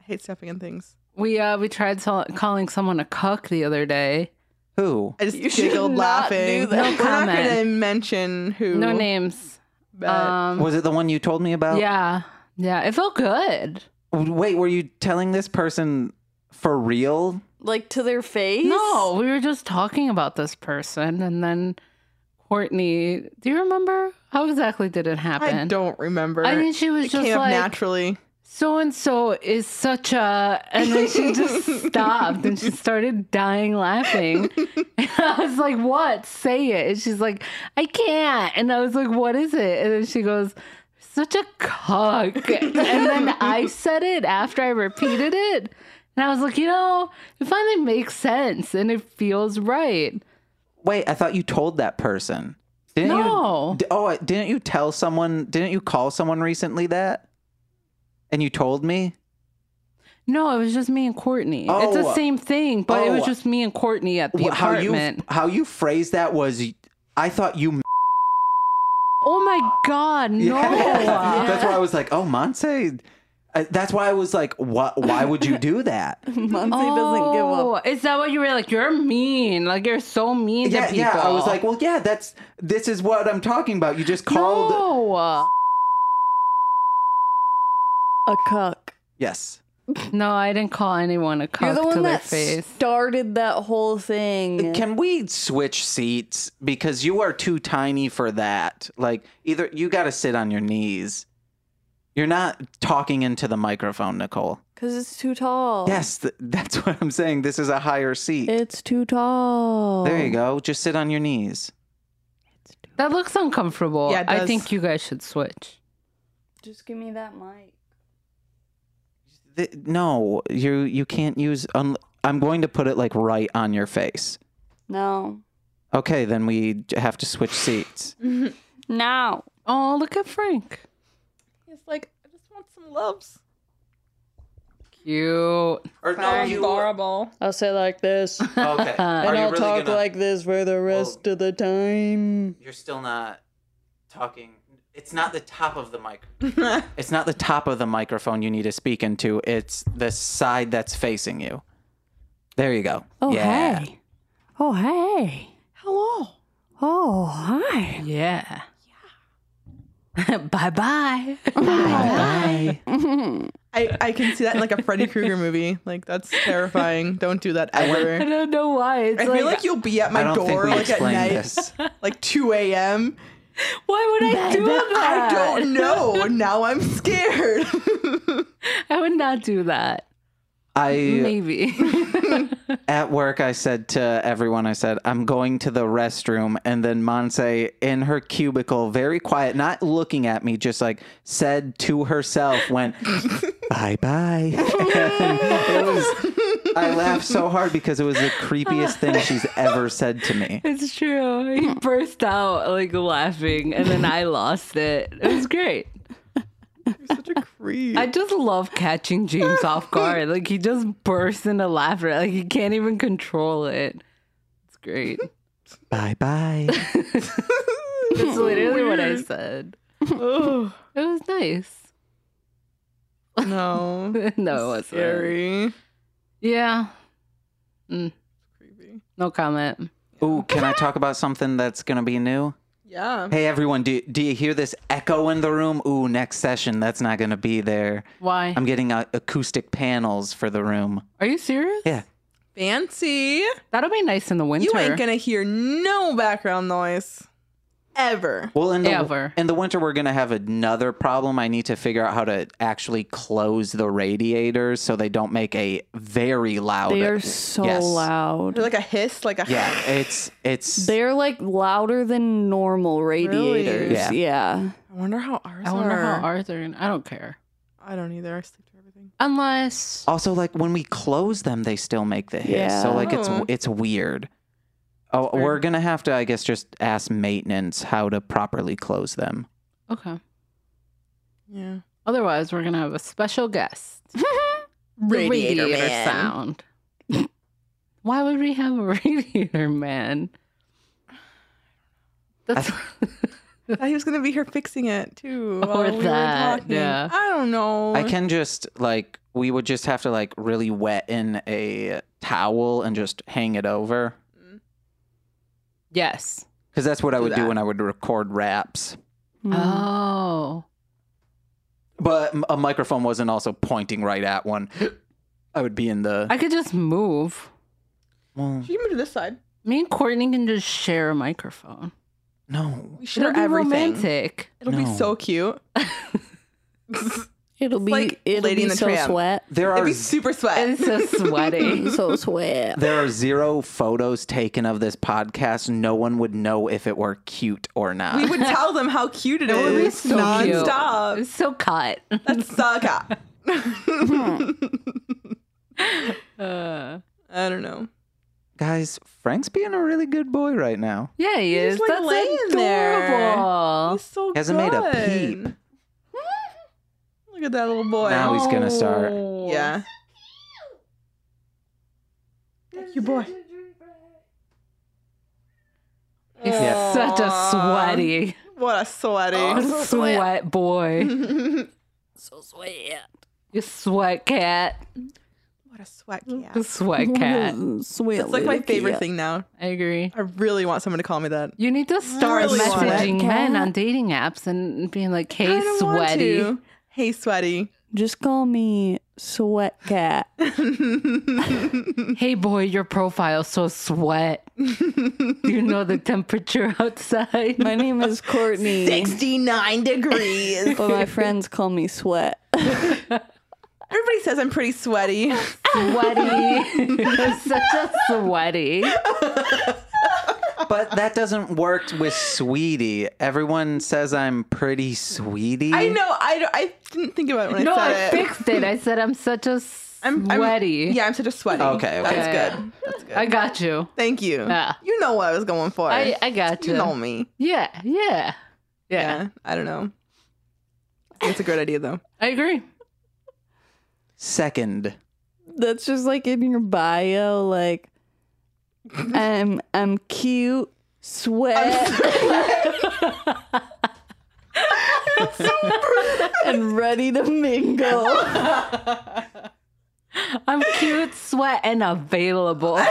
Speaker 2: I hate stepping in things.
Speaker 3: We uh we tried so- calling someone a cuck the other day.
Speaker 4: Who?
Speaker 2: I just
Speaker 1: You should
Speaker 2: giggled
Speaker 1: not
Speaker 2: laughing.
Speaker 1: do that.
Speaker 3: No
Speaker 2: We're not
Speaker 3: comment.
Speaker 2: gonna mention who.
Speaker 3: No names.
Speaker 2: but-
Speaker 3: Um,
Speaker 4: Was it the one you told me about?
Speaker 3: yeah, yeah. It felt good.
Speaker 4: Wait, were you telling this person for real?
Speaker 1: Like to their face?
Speaker 3: No, we were just talking about this person, and then Courtney. Do you remember how exactly did it happen?
Speaker 2: I don't remember.
Speaker 3: Um, I think she was
Speaker 2: it
Speaker 3: just
Speaker 2: came up
Speaker 3: like
Speaker 2: naturally.
Speaker 3: so and so is such a, and then she just stopped and she started dying laughing. And I was like, "What? Say it!" And she's like, "I can't." And I was like, "What is it?" And then she goes. Such a cuck. And then I said it after I repeated it. And I was like, you know, it finally makes sense and it feels right.
Speaker 4: Wait, I thought you told that person. Didn't
Speaker 3: No.
Speaker 4: you? D- oh, didn't you tell someone? Didn't you call someone recently that? And you told me.
Speaker 3: No, it was just me and Courtney. it's
Speaker 4: Oh.
Speaker 3: the same thing, but it was
Speaker 4: Oh.
Speaker 3: just me and Courtney at the
Speaker 4: Wh- how you
Speaker 3: apartment.
Speaker 4: how you phrased that was. I thought you.
Speaker 3: Oh my god, no.
Speaker 4: Yeah. That's why I was like, oh, Monse. I- That's why I was like, what? Why would you do that?
Speaker 1: Monty doesn't give up.
Speaker 3: Oh, is that what you were like? You're mean. Like you're so mean to
Speaker 4: yeah,
Speaker 3: people.
Speaker 4: yeah. I was like, well, yeah. That's this is what I'm talking about. You just called.
Speaker 3: no.
Speaker 1: A cuck.
Speaker 4: Yes.
Speaker 3: No, I didn't call anyone a cuck
Speaker 1: You're the
Speaker 3: to
Speaker 1: one
Speaker 3: their
Speaker 1: that
Speaker 3: face.
Speaker 1: started that whole thing.
Speaker 4: Can we switch seats because you are too tiny for that? Like either you got to sit on your knees. You're not talking into the microphone, Nicole.
Speaker 1: Because it's too tall.
Speaker 4: Yes, th- that's what I'm saying. This is a higher seat.
Speaker 1: It's too tall.
Speaker 4: there you go. Just sit on your knees.
Speaker 3: That looks uncomfortable.
Speaker 2: Yeah, it
Speaker 3: I
Speaker 2: does.
Speaker 3: think you guys should switch.
Speaker 1: Just give me that mic.
Speaker 4: Th- no, you you can't use un- I'm going to put it like right on your face.
Speaker 1: No.
Speaker 4: Okay, then we j- have to switch seats.
Speaker 1: No.
Speaker 3: Oh, look at Frank.
Speaker 2: It's like I just want some loves.
Speaker 3: Cute.
Speaker 4: or no, you
Speaker 2: Adorable.
Speaker 1: I'll say like this.
Speaker 4: Okay. Are you really gonna-
Speaker 1: this for the
Speaker 4: rest
Speaker 1: of the time.
Speaker 4: you're still not talking. It's not the top of the mic. it's not the top of the microphone you need to speak into. It's the side that's facing you. There you go.
Speaker 1: Oh,
Speaker 4: yeah.
Speaker 1: hey. Oh, hey.
Speaker 2: Hello.
Speaker 1: Oh, hi.
Speaker 3: Yeah. Yeah. bye bye.
Speaker 4: Bye.
Speaker 2: I, I can see that in like a Freddy Krueger movie. Like that's terrifying. Don't do that
Speaker 4: went-
Speaker 3: I
Speaker 2: ever.
Speaker 3: don't know why. It's
Speaker 2: I
Speaker 3: like,
Speaker 2: feel like you'll be at
Speaker 4: I
Speaker 2: my
Speaker 4: don't think
Speaker 2: door
Speaker 4: we
Speaker 2: like at
Speaker 4: explained
Speaker 2: night,
Speaker 4: this.
Speaker 2: like 2 a.m.
Speaker 3: why would I do
Speaker 2: I
Speaker 3: that?
Speaker 2: don't know. Now I'm scared.
Speaker 3: I would not do that.
Speaker 4: I
Speaker 3: Maybe.
Speaker 4: at work I said to everyone I said I'm going to the restroom and then Monse in her cubicle very quiet not looking at me just like said to herself went bye bye it was I laughed so hard because it was the creepiest thing she's ever said to me
Speaker 3: it's true. He
Speaker 2: Hmm.
Speaker 3: burst out like laughing and then I lost it. It was great.
Speaker 2: Such a creep.
Speaker 3: I just love catching James off guard. Like he just bursts into laughter. Like he can't even control it. It's great.
Speaker 4: bye bye
Speaker 3: That's
Speaker 2: Hmm.
Speaker 3: literally what I said.
Speaker 2: Ugh.
Speaker 3: It was nice.
Speaker 2: no.
Speaker 4: Oh,
Speaker 3: no, it wasn't.
Speaker 2: Scary.
Speaker 3: Yeah. No comment.
Speaker 4: Ooh, can I talk about something that's gonna be new?
Speaker 2: Yeah.
Speaker 4: Hey everyone, do do you hear this echo in the room? Ooh, next session that's not gonna be there.
Speaker 3: Why?
Speaker 4: I'm getting uh, acoustic panels for the room.
Speaker 3: Are you serious?
Speaker 4: Yeah.
Speaker 2: Fancy.
Speaker 3: That'll be nice in the winter.
Speaker 2: You ain't gonna hear no background noise ever.
Speaker 4: Well, in the
Speaker 3: Ever.
Speaker 4: in the winter we're gonna have another problem. I need to figure out how to actually close the radiators so they don't make a very loud.
Speaker 1: They are so
Speaker 4: Yes.
Speaker 1: loud.
Speaker 2: Like a hiss, like a
Speaker 4: Yeah, it's it's.
Speaker 1: They're like louder than normal radiators.
Speaker 4: Yeah.
Speaker 1: Yeah.
Speaker 2: I wonder how ours
Speaker 3: I wonder
Speaker 2: are.
Speaker 3: how Arthur and I don't care.
Speaker 2: I don't either. I sleep to everything.
Speaker 3: Unless
Speaker 2: Oh.
Speaker 4: also like when we close them they still make the hiss so
Speaker 1: Yeah.
Speaker 4: like it's
Speaker 2: Oh.
Speaker 4: it's weird oh
Speaker 2: weird.
Speaker 4: we're gonna have to i guess just ask maintenance how to properly close them
Speaker 3: okay.
Speaker 2: Yeah.
Speaker 3: Otherwise, we're gonna have a special guest. The
Speaker 2: Radiator man.
Speaker 3: sound. Why would we have a radiator man? That's
Speaker 2: thought he was gonna be here fixing it too.
Speaker 3: Or
Speaker 2: while were
Speaker 3: that,
Speaker 2: talking.
Speaker 3: yeah.
Speaker 2: I don't know.
Speaker 4: i can just like we would just have to like really wet in a towel and just hang it over
Speaker 3: yes.
Speaker 4: because that's what i
Speaker 2: Do
Speaker 4: would do
Speaker 2: that.
Speaker 4: when i would record raps
Speaker 1: Mm.
Speaker 3: Oh,
Speaker 4: but m- a microphone wasn't also pointing right at one i would be in the
Speaker 3: I could just move.
Speaker 4: well,
Speaker 2: Should you move to this side?
Speaker 3: Me and Courtney can just share a microphone.
Speaker 4: no
Speaker 2: We share
Speaker 3: It'll be
Speaker 2: everything.
Speaker 3: romantic.
Speaker 2: It'll be
Speaker 4: No.
Speaker 2: so cute.
Speaker 1: It'll be
Speaker 2: like
Speaker 1: it'll
Speaker 2: Lady
Speaker 1: be
Speaker 2: in the
Speaker 1: so
Speaker 2: Tramp.
Speaker 1: sweat.
Speaker 4: there
Speaker 2: It'd
Speaker 4: are
Speaker 2: be super sweat.
Speaker 3: It's so sweaty.
Speaker 1: so sweat.
Speaker 4: There are zero photos taken of this podcast. No one would know if it were cute or not.
Speaker 2: we would tell them how cute it is.
Speaker 3: would be so cute.
Speaker 2: nonstop.
Speaker 3: it's so cut.
Speaker 2: That's so cute.
Speaker 4: Hmm.
Speaker 3: Uh,
Speaker 2: I don't know.
Speaker 4: Guys, Frank's being a really good boy right now.
Speaker 3: yeah, he
Speaker 2: He's
Speaker 3: is.
Speaker 2: like
Speaker 3: That's
Speaker 2: laying
Speaker 3: adorable.
Speaker 2: there. He's so
Speaker 4: Hasn't made a
Speaker 2: good.
Speaker 4: peep.
Speaker 2: Look at that little boy. Oh.
Speaker 4: Now he's gonna start.
Speaker 2: yeah. Thank you, boy.
Speaker 3: He's
Speaker 2: Yeah.
Speaker 3: such a
Speaker 2: Aw.
Speaker 3: sweaty,
Speaker 2: What a sweaty.
Speaker 1: Oh, sweat.
Speaker 3: sweat boy.
Speaker 1: So sweat.
Speaker 3: You sweat cat.
Speaker 2: what a sweat
Speaker 3: You
Speaker 2: cat.
Speaker 3: sweat cat.
Speaker 1: Mm-hmm. Sweat.
Speaker 2: It's like my favorite thing now.
Speaker 3: I agree.
Speaker 2: I really want someone to call me that.
Speaker 3: You need to start
Speaker 2: Really sweat
Speaker 3: messaging
Speaker 1: cat.
Speaker 3: men on dating apps and being like,
Speaker 2: I
Speaker 3: hey,
Speaker 2: don't want
Speaker 3: sweaty.
Speaker 2: to. Hey, sweaty.
Speaker 1: Just call me sweat cat.
Speaker 3: Hey, boy, your profile's so sweat. Do you know the temperature outside?
Speaker 1: My name is Courtney,
Speaker 2: 69 degrees.
Speaker 1: but my friends call me sweat.
Speaker 2: Everybody says I'm pretty sweaty.
Speaker 3: sweaty. You're such a sweaty.
Speaker 4: But that doesn't work with Sweetie. Everyone says I'm pretty sweetie.
Speaker 2: I know. I, don't- I didn't think about it when
Speaker 3: No,
Speaker 2: I
Speaker 3: I
Speaker 2: said it.
Speaker 3: fixed it. I said I'm such a
Speaker 2: I'm, I'm-
Speaker 3: sweaty. Oh,
Speaker 2: yeah, I'm such a sweaty.
Speaker 4: Okay, okay.
Speaker 2: That's good. That's good.
Speaker 3: I got you.
Speaker 2: Thank you.
Speaker 3: Yeah.
Speaker 2: You know what I was going for.
Speaker 3: I, I got you.
Speaker 2: you know me.
Speaker 3: Yeah, yeah, yeah.
Speaker 2: Yeah. I don't know. I think It's a great idea though.
Speaker 3: I agree.
Speaker 4: Second.
Speaker 1: That's just like in your bio, like I'm I'm cute, sweat, and ready to mingle.
Speaker 3: I'm cute, sweat, and available.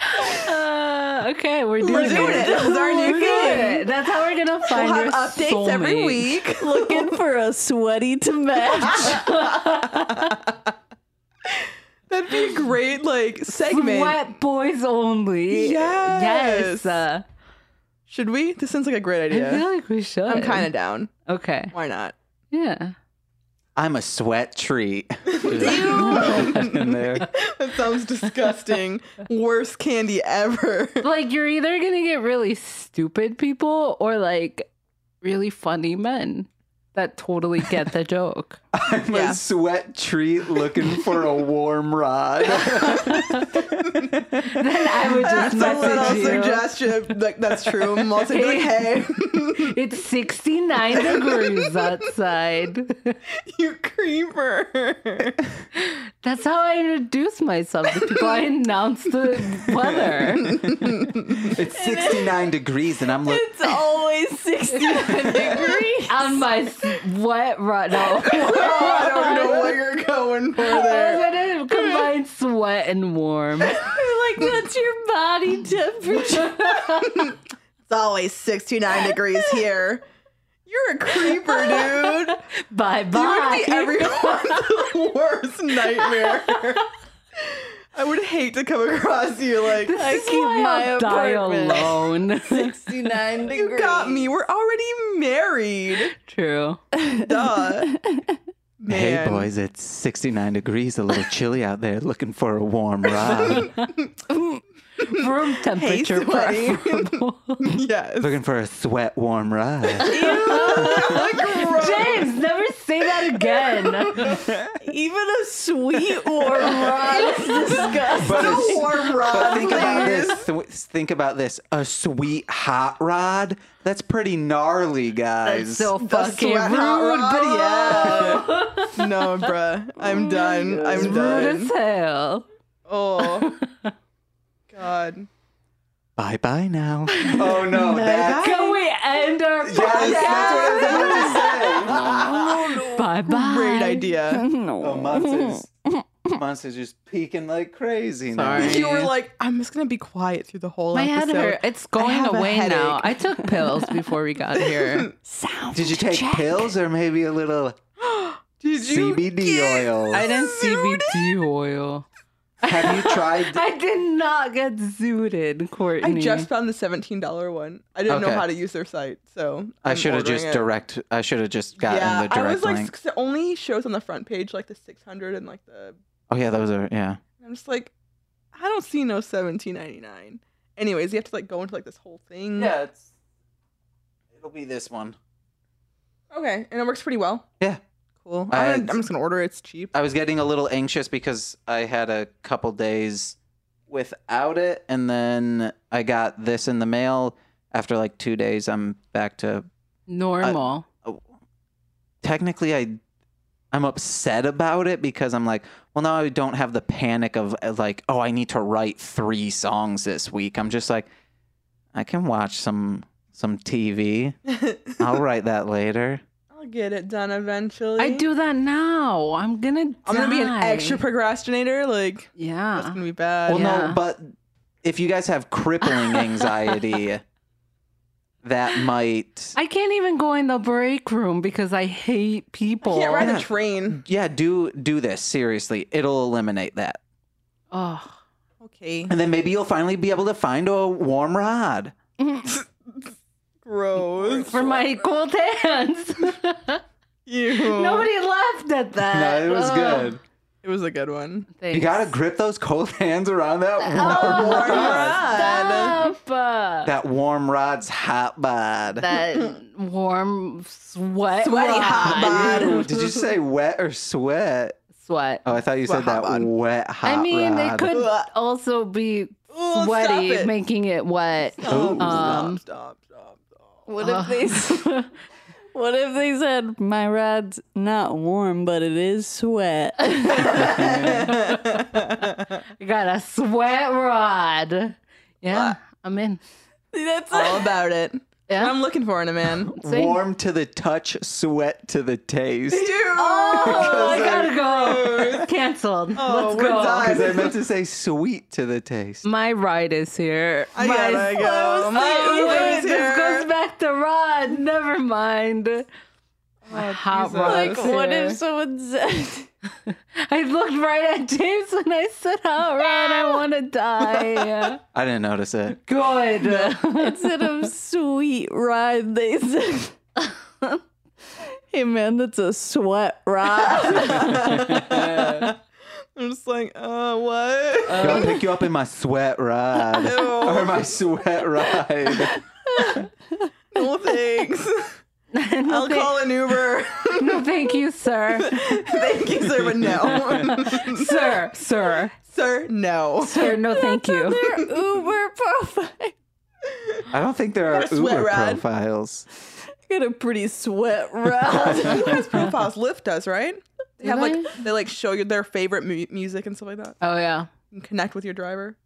Speaker 3: Uh, okay, we're doing,
Speaker 2: We're doing it. This is our new
Speaker 3: We're doing
Speaker 2: thing.
Speaker 3: it. That's how we're gonna find
Speaker 2: We'll
Speaker 3: your
Speaker 2: have updates every
Speaker 3: soulmate.
Speaker 2: week.
Speaker 1: Looking for a sweaty to match.
Speaker 2: That'd be a great like segment.
Speaker 3: Sweat boys only.
Speaker 2: Yes.
Speaker 3: Yes. Uh,
Speaker 2: Should we? This sounds like a great
Speaker 3: I feel
Speaker 2: idea.
Speaker 3: like we should.
Speaker 2: I'm kind of down.
Speaker 3: okay.
Speaker 2: Why not?
Speaker 3: Yeah.
Speaker 4: I'm a sweat treat. In there.
Speaker 2: That sounds disgusting. Worst candy ever.
Speaker 3: Like you're either gonna get really stupid people or like really funny men that totally get the joke.
Speaker 4: I'm
Speaker 2: Yeah.
Speaker 4: a sweat treat looking for a warm rod.
Speaker 3: then I would
Speaker 2: That's
Speaker 3: just
Speaker 2: a little
Speaker 3: message you.
Speaker 2: suggestion. Like that's true. I'm also be like, hey,
Speaker 3: It's 69 degrees outside.
Speaker 2: you creeper.
Speaker 3: That's how I introduce myself to people. I announce the weather.
Speaker 4: it's 69 degrees and I'm looking.
Speaker 1: It's always 69 degrees.
Speaker 3: On my sweat run. No.
Speaker 2: Oh, I don't know what you're going for there.
Speaker 3: I was gonna combine wet and warm.
Speaker 1: like that's your body temperature.
Speaker 2: It's always 69 degrees here. You're a creeper, dude.
Speaker 3: bye
Speaker 2: You would
Speaker 3: bye.
Speaker 2: be everyone's worst nightmare. I would hate to come across you like,
Speaker 1: I
Speaker 3: This is
Speaker 1: keep
Speaker 3: why
Speaker 1: my
Speaker 3: I'll die
Speaker 1: apartment.
Speaker 3: alone.
Speaker 1: 69 degrees.
Speaker 2: you got me. We're already married.
Speaker 3: True.
Speaker 2: Duh. Man.
Speaker 4: Hey boys, it's 69 degrees, a little chilly out there, looking for a warm ride,
Speaker 3: Room temperature
Speaker 2: sweaty.
Speaker 3: preferable.
Speaker 2: Yes.
Speaker 4: looking for a sweat warm ride.
Speaker 3: James, never say that again.
Speaker 1: Even a sweet warm rod is disgusting.
Speaker 4: But
Speaker 2: The
Speaker 4: it's-
Speaker 2: warm rod.
Speaker 4: think about
Speaker 2: please.
Speaker 4: this. th- think about this. A sweet hot rod. That's pretty gnarly, guys.
Speaker 3: so
Speaker 2: The
Speaker 3: fucking rude,
Speaker 2: sweat hot
Speaker 3: but yeah.
Speaker 2: rod, yeah. Oh no, bruh. I'm done. I'm
Speaker 3: Rude
Speaker 2: done.
Speaker 3: as hell.
Speaker 2: Oh. God.
Speaker 4: bye bye now. Oh no, that's
Speaker 3: Can we end our
Speaker 4: yes, that's what I was about to say.
Speaker 3: Bye bye.
Speaker 2: Great idea.
Speaker 1: Mm,
Speaker 4: oh, monsters. Monsters just peeking like crazy. now.
Speaker 3: Sorry.
Speaker 2: You were like, I'm just gonna be quiet through the whole
Speaker 3: My head
Speaker 2: episode.
Speaker 3: hurt. It's
Speaker 2: I
Speaker 3: going
Speaker 2: have a
Speaker 3: away now.
Speaker 2: headache.
Speaker 3: I took pills before we got here.
Speaker 1: Sound.
Speaker 4: Did you take pills or maybe a little
Speaker 2: Did you
Speaker 4: CBD oil?
Speaker 3: I didn't CBD oil.
Speaker 4: Have you tried?
Speaker 3: I did not get zooted,
Speaker 2: I
Speaker 3: Courtney.
Speaker 2: just found the seventeen dollar one. I didn't know
Speaker 4: Okay.
Speaker 2: how to use their site, so
Speaker 4: I
Speaker 2: I'm
Speaker 4: should have
Speaker 2: ordering
Speaker 4: just
Speaker 2: it.
Speaker 4: direct. I should have just gotten
Speaker 2: yeah,
Speaker 4: the direct
Speaker 2: I was like,
Speaker 4: link.
Speaker 2: 'cause it only shows on the front page like the six hundred and like the.
Speaker 4: Oh yeah, those are yeah.
Speaker 2: I'm just like, I don't see no seventeen ninety nine. Anyways, you have to like go into like this whole thing.
Speaker 4: it's it'll be this one.
Speaker 2: Okay, and it works pretty well.
Speaker 4: Yeah.
Speaker 2: Cool. I'm,
Speaker 4: I-
Speaker 2: gonna, I'm just gonna order. it. It's cheap.
Speaker 4: I was getting a little anxious because I had a couple days without it, and then I got this in the mail. After like two days, I'm back to
Speaker 3: normal.
Speaker 4: technically I I'm upset about it because I'm like, well now I don't have the panic of uh, like, oh, I need to write 3 songs this week. I'm just like I can watch some some TV. I'll write that later.
Speaker 2: I'll get it done eventually.
Speaker 3: I, do that now. I'm gonna.
Speaker 2: I'm gonna be an
Speaker 3: die. Uh-uh.
Speaker 2: extra procrastinator. Like that's
Speaker 3: Yeah.
Speaker 2: gonna be bad.
Speaker 4: Well
Speaker 3: Yeah.
Speaker 4: no, but if you guys have crippling anxiety that might
Speaker 3: I can't even go in the break room because I hate people.
Speaker 2: can't ride
Speaker 4: Yeah.
Speaker 2: a train.
Speaker 4: yeah, do do this seriously. It'll eliminate that.
Speaker 3: Ugh.
Speaker 2: Okay.
Speaker 4: And then maybe you'll finally be able to find a warm rod.
Speaker 2: Gross.
Speaker 3: for my cold hands.
Speaker 2: Ew.
Speaker 3: Nobody laughed at that. Ugh.
Speaker 2: It was a good one.
Speaker 3: Thanks.
Speaker 4: You gotta grip those cold hands around that warm
Speaker 3: Oh,
Speaker 4: rod.
Speaker 3: Stop.
Speaker 4: That warm rod's hot bod.
Speaker 3: that warm sweat.
Speaker 2: Sweaty
Speaker 3: rod.
Speaker 2: hot bod.
Speaker 4: Ew, Did you say wet or sweat?
Speaker 3: Sweat.
Speaker 4: Oh, I thought you
Speaker 2: Sweat
Speaker 4: said
Speaker 2: hot
Speaker 4: that
Speaker 2: bod.
Speaker 4: wet hot.
Speaker 3: I mean,
Speaker 4: rod.
Speaker 3: it could
Speaker 2: Ugh.
Speaker 3: also be
Speaker 2: Ugh,
Speaker 3: sweaty,
Speaker 2: stop it.
Speaker 3: making it wet.
Speaker 4: Ooh.
Speaker 3: Um,
Speaker 2: stop, stop, stop.
Speaker 1: What
Speaker 3: Uh.
Speaker 1: if they? s- What if they said my rod's not warm, but it is sweat?
Speaker 3: You got a sweat rod. Yeah, I'm in.
Speaker 1: That's
Speaker 2: All about it.
Speaker 3: Yeah.
Speaker 2: I'm looking for in a man.
Speaker 3: See?
Speaker 4: warm to the touch, sweat to the taste.
Speaker 2: Dude.
Speaker 3: Oh, I
Speaker 4: Because
Speaker 3: gotta go. Canceled.
Speaker 2: Oh,
Speaker 3: Let's
Speaker 2: we're
Speaker 3: go.
Speaker 2: done.
Speaker 4: Because I meant to say sweet to the taste.
Speaker 3: My ride is here.
Speaker 2: I
Speaker 3: My
Speaker 2: gotta go.
Speaker 3: slow
Speaker 2: My
Speaker 3: sleep-
Speaker 2: Uber
Speaker 3: Wait,
Speaker 2: is
Speaker 3: This
Speaker 2: here.
Speaker 3: goes back to Rod. Never mind. My hot
Speaker 2: Oh, Jesus.
Speaker 3: rod.
Speaker 1: like
Speaker 3: is
Speaker 1: what
Speaker 3: here.
Speaker 1: if someone said?
Speaker 3: I looked right at James when I said, "Hot rod, I want to die."
Speaker 4: I didn't notice it.
Speaker 3: Good.
Speaker 1: Instead of sweet ride, they said, "Hey man, that's a sweat ride."
Speaker 2: I'm just like, uh, what?
Speaker 4: I'll pick you up in my sweat rod or my sweat ride.
Speaker 2: no thanks. I'll call an Uber.
Speaker 3: no, thank you, sir.
Speaker 2: Thank you, sir, but no.
Speaker 3: sir, sir,
Speaker 2: sir, no.
Speaker 3: sir. No, thank you.
Speaker 1: Their Uber profile. I
Speaker 4: I don't think there are
Speaker 2: Got a sweat
Speaker 4: Uber
Speaker 2: rod.
Speaker 4: profiles.
Speaker 1: got a pretty sweat ride.
Speaker 2: Who has profiles? Lyft does, right? They have like
Speaker 3: they?
Speaker 2: they like show you their favorite mu- music and stuff like that.
Speaker 3: Oh yeah.
Speaker 2: You can connect with your driver.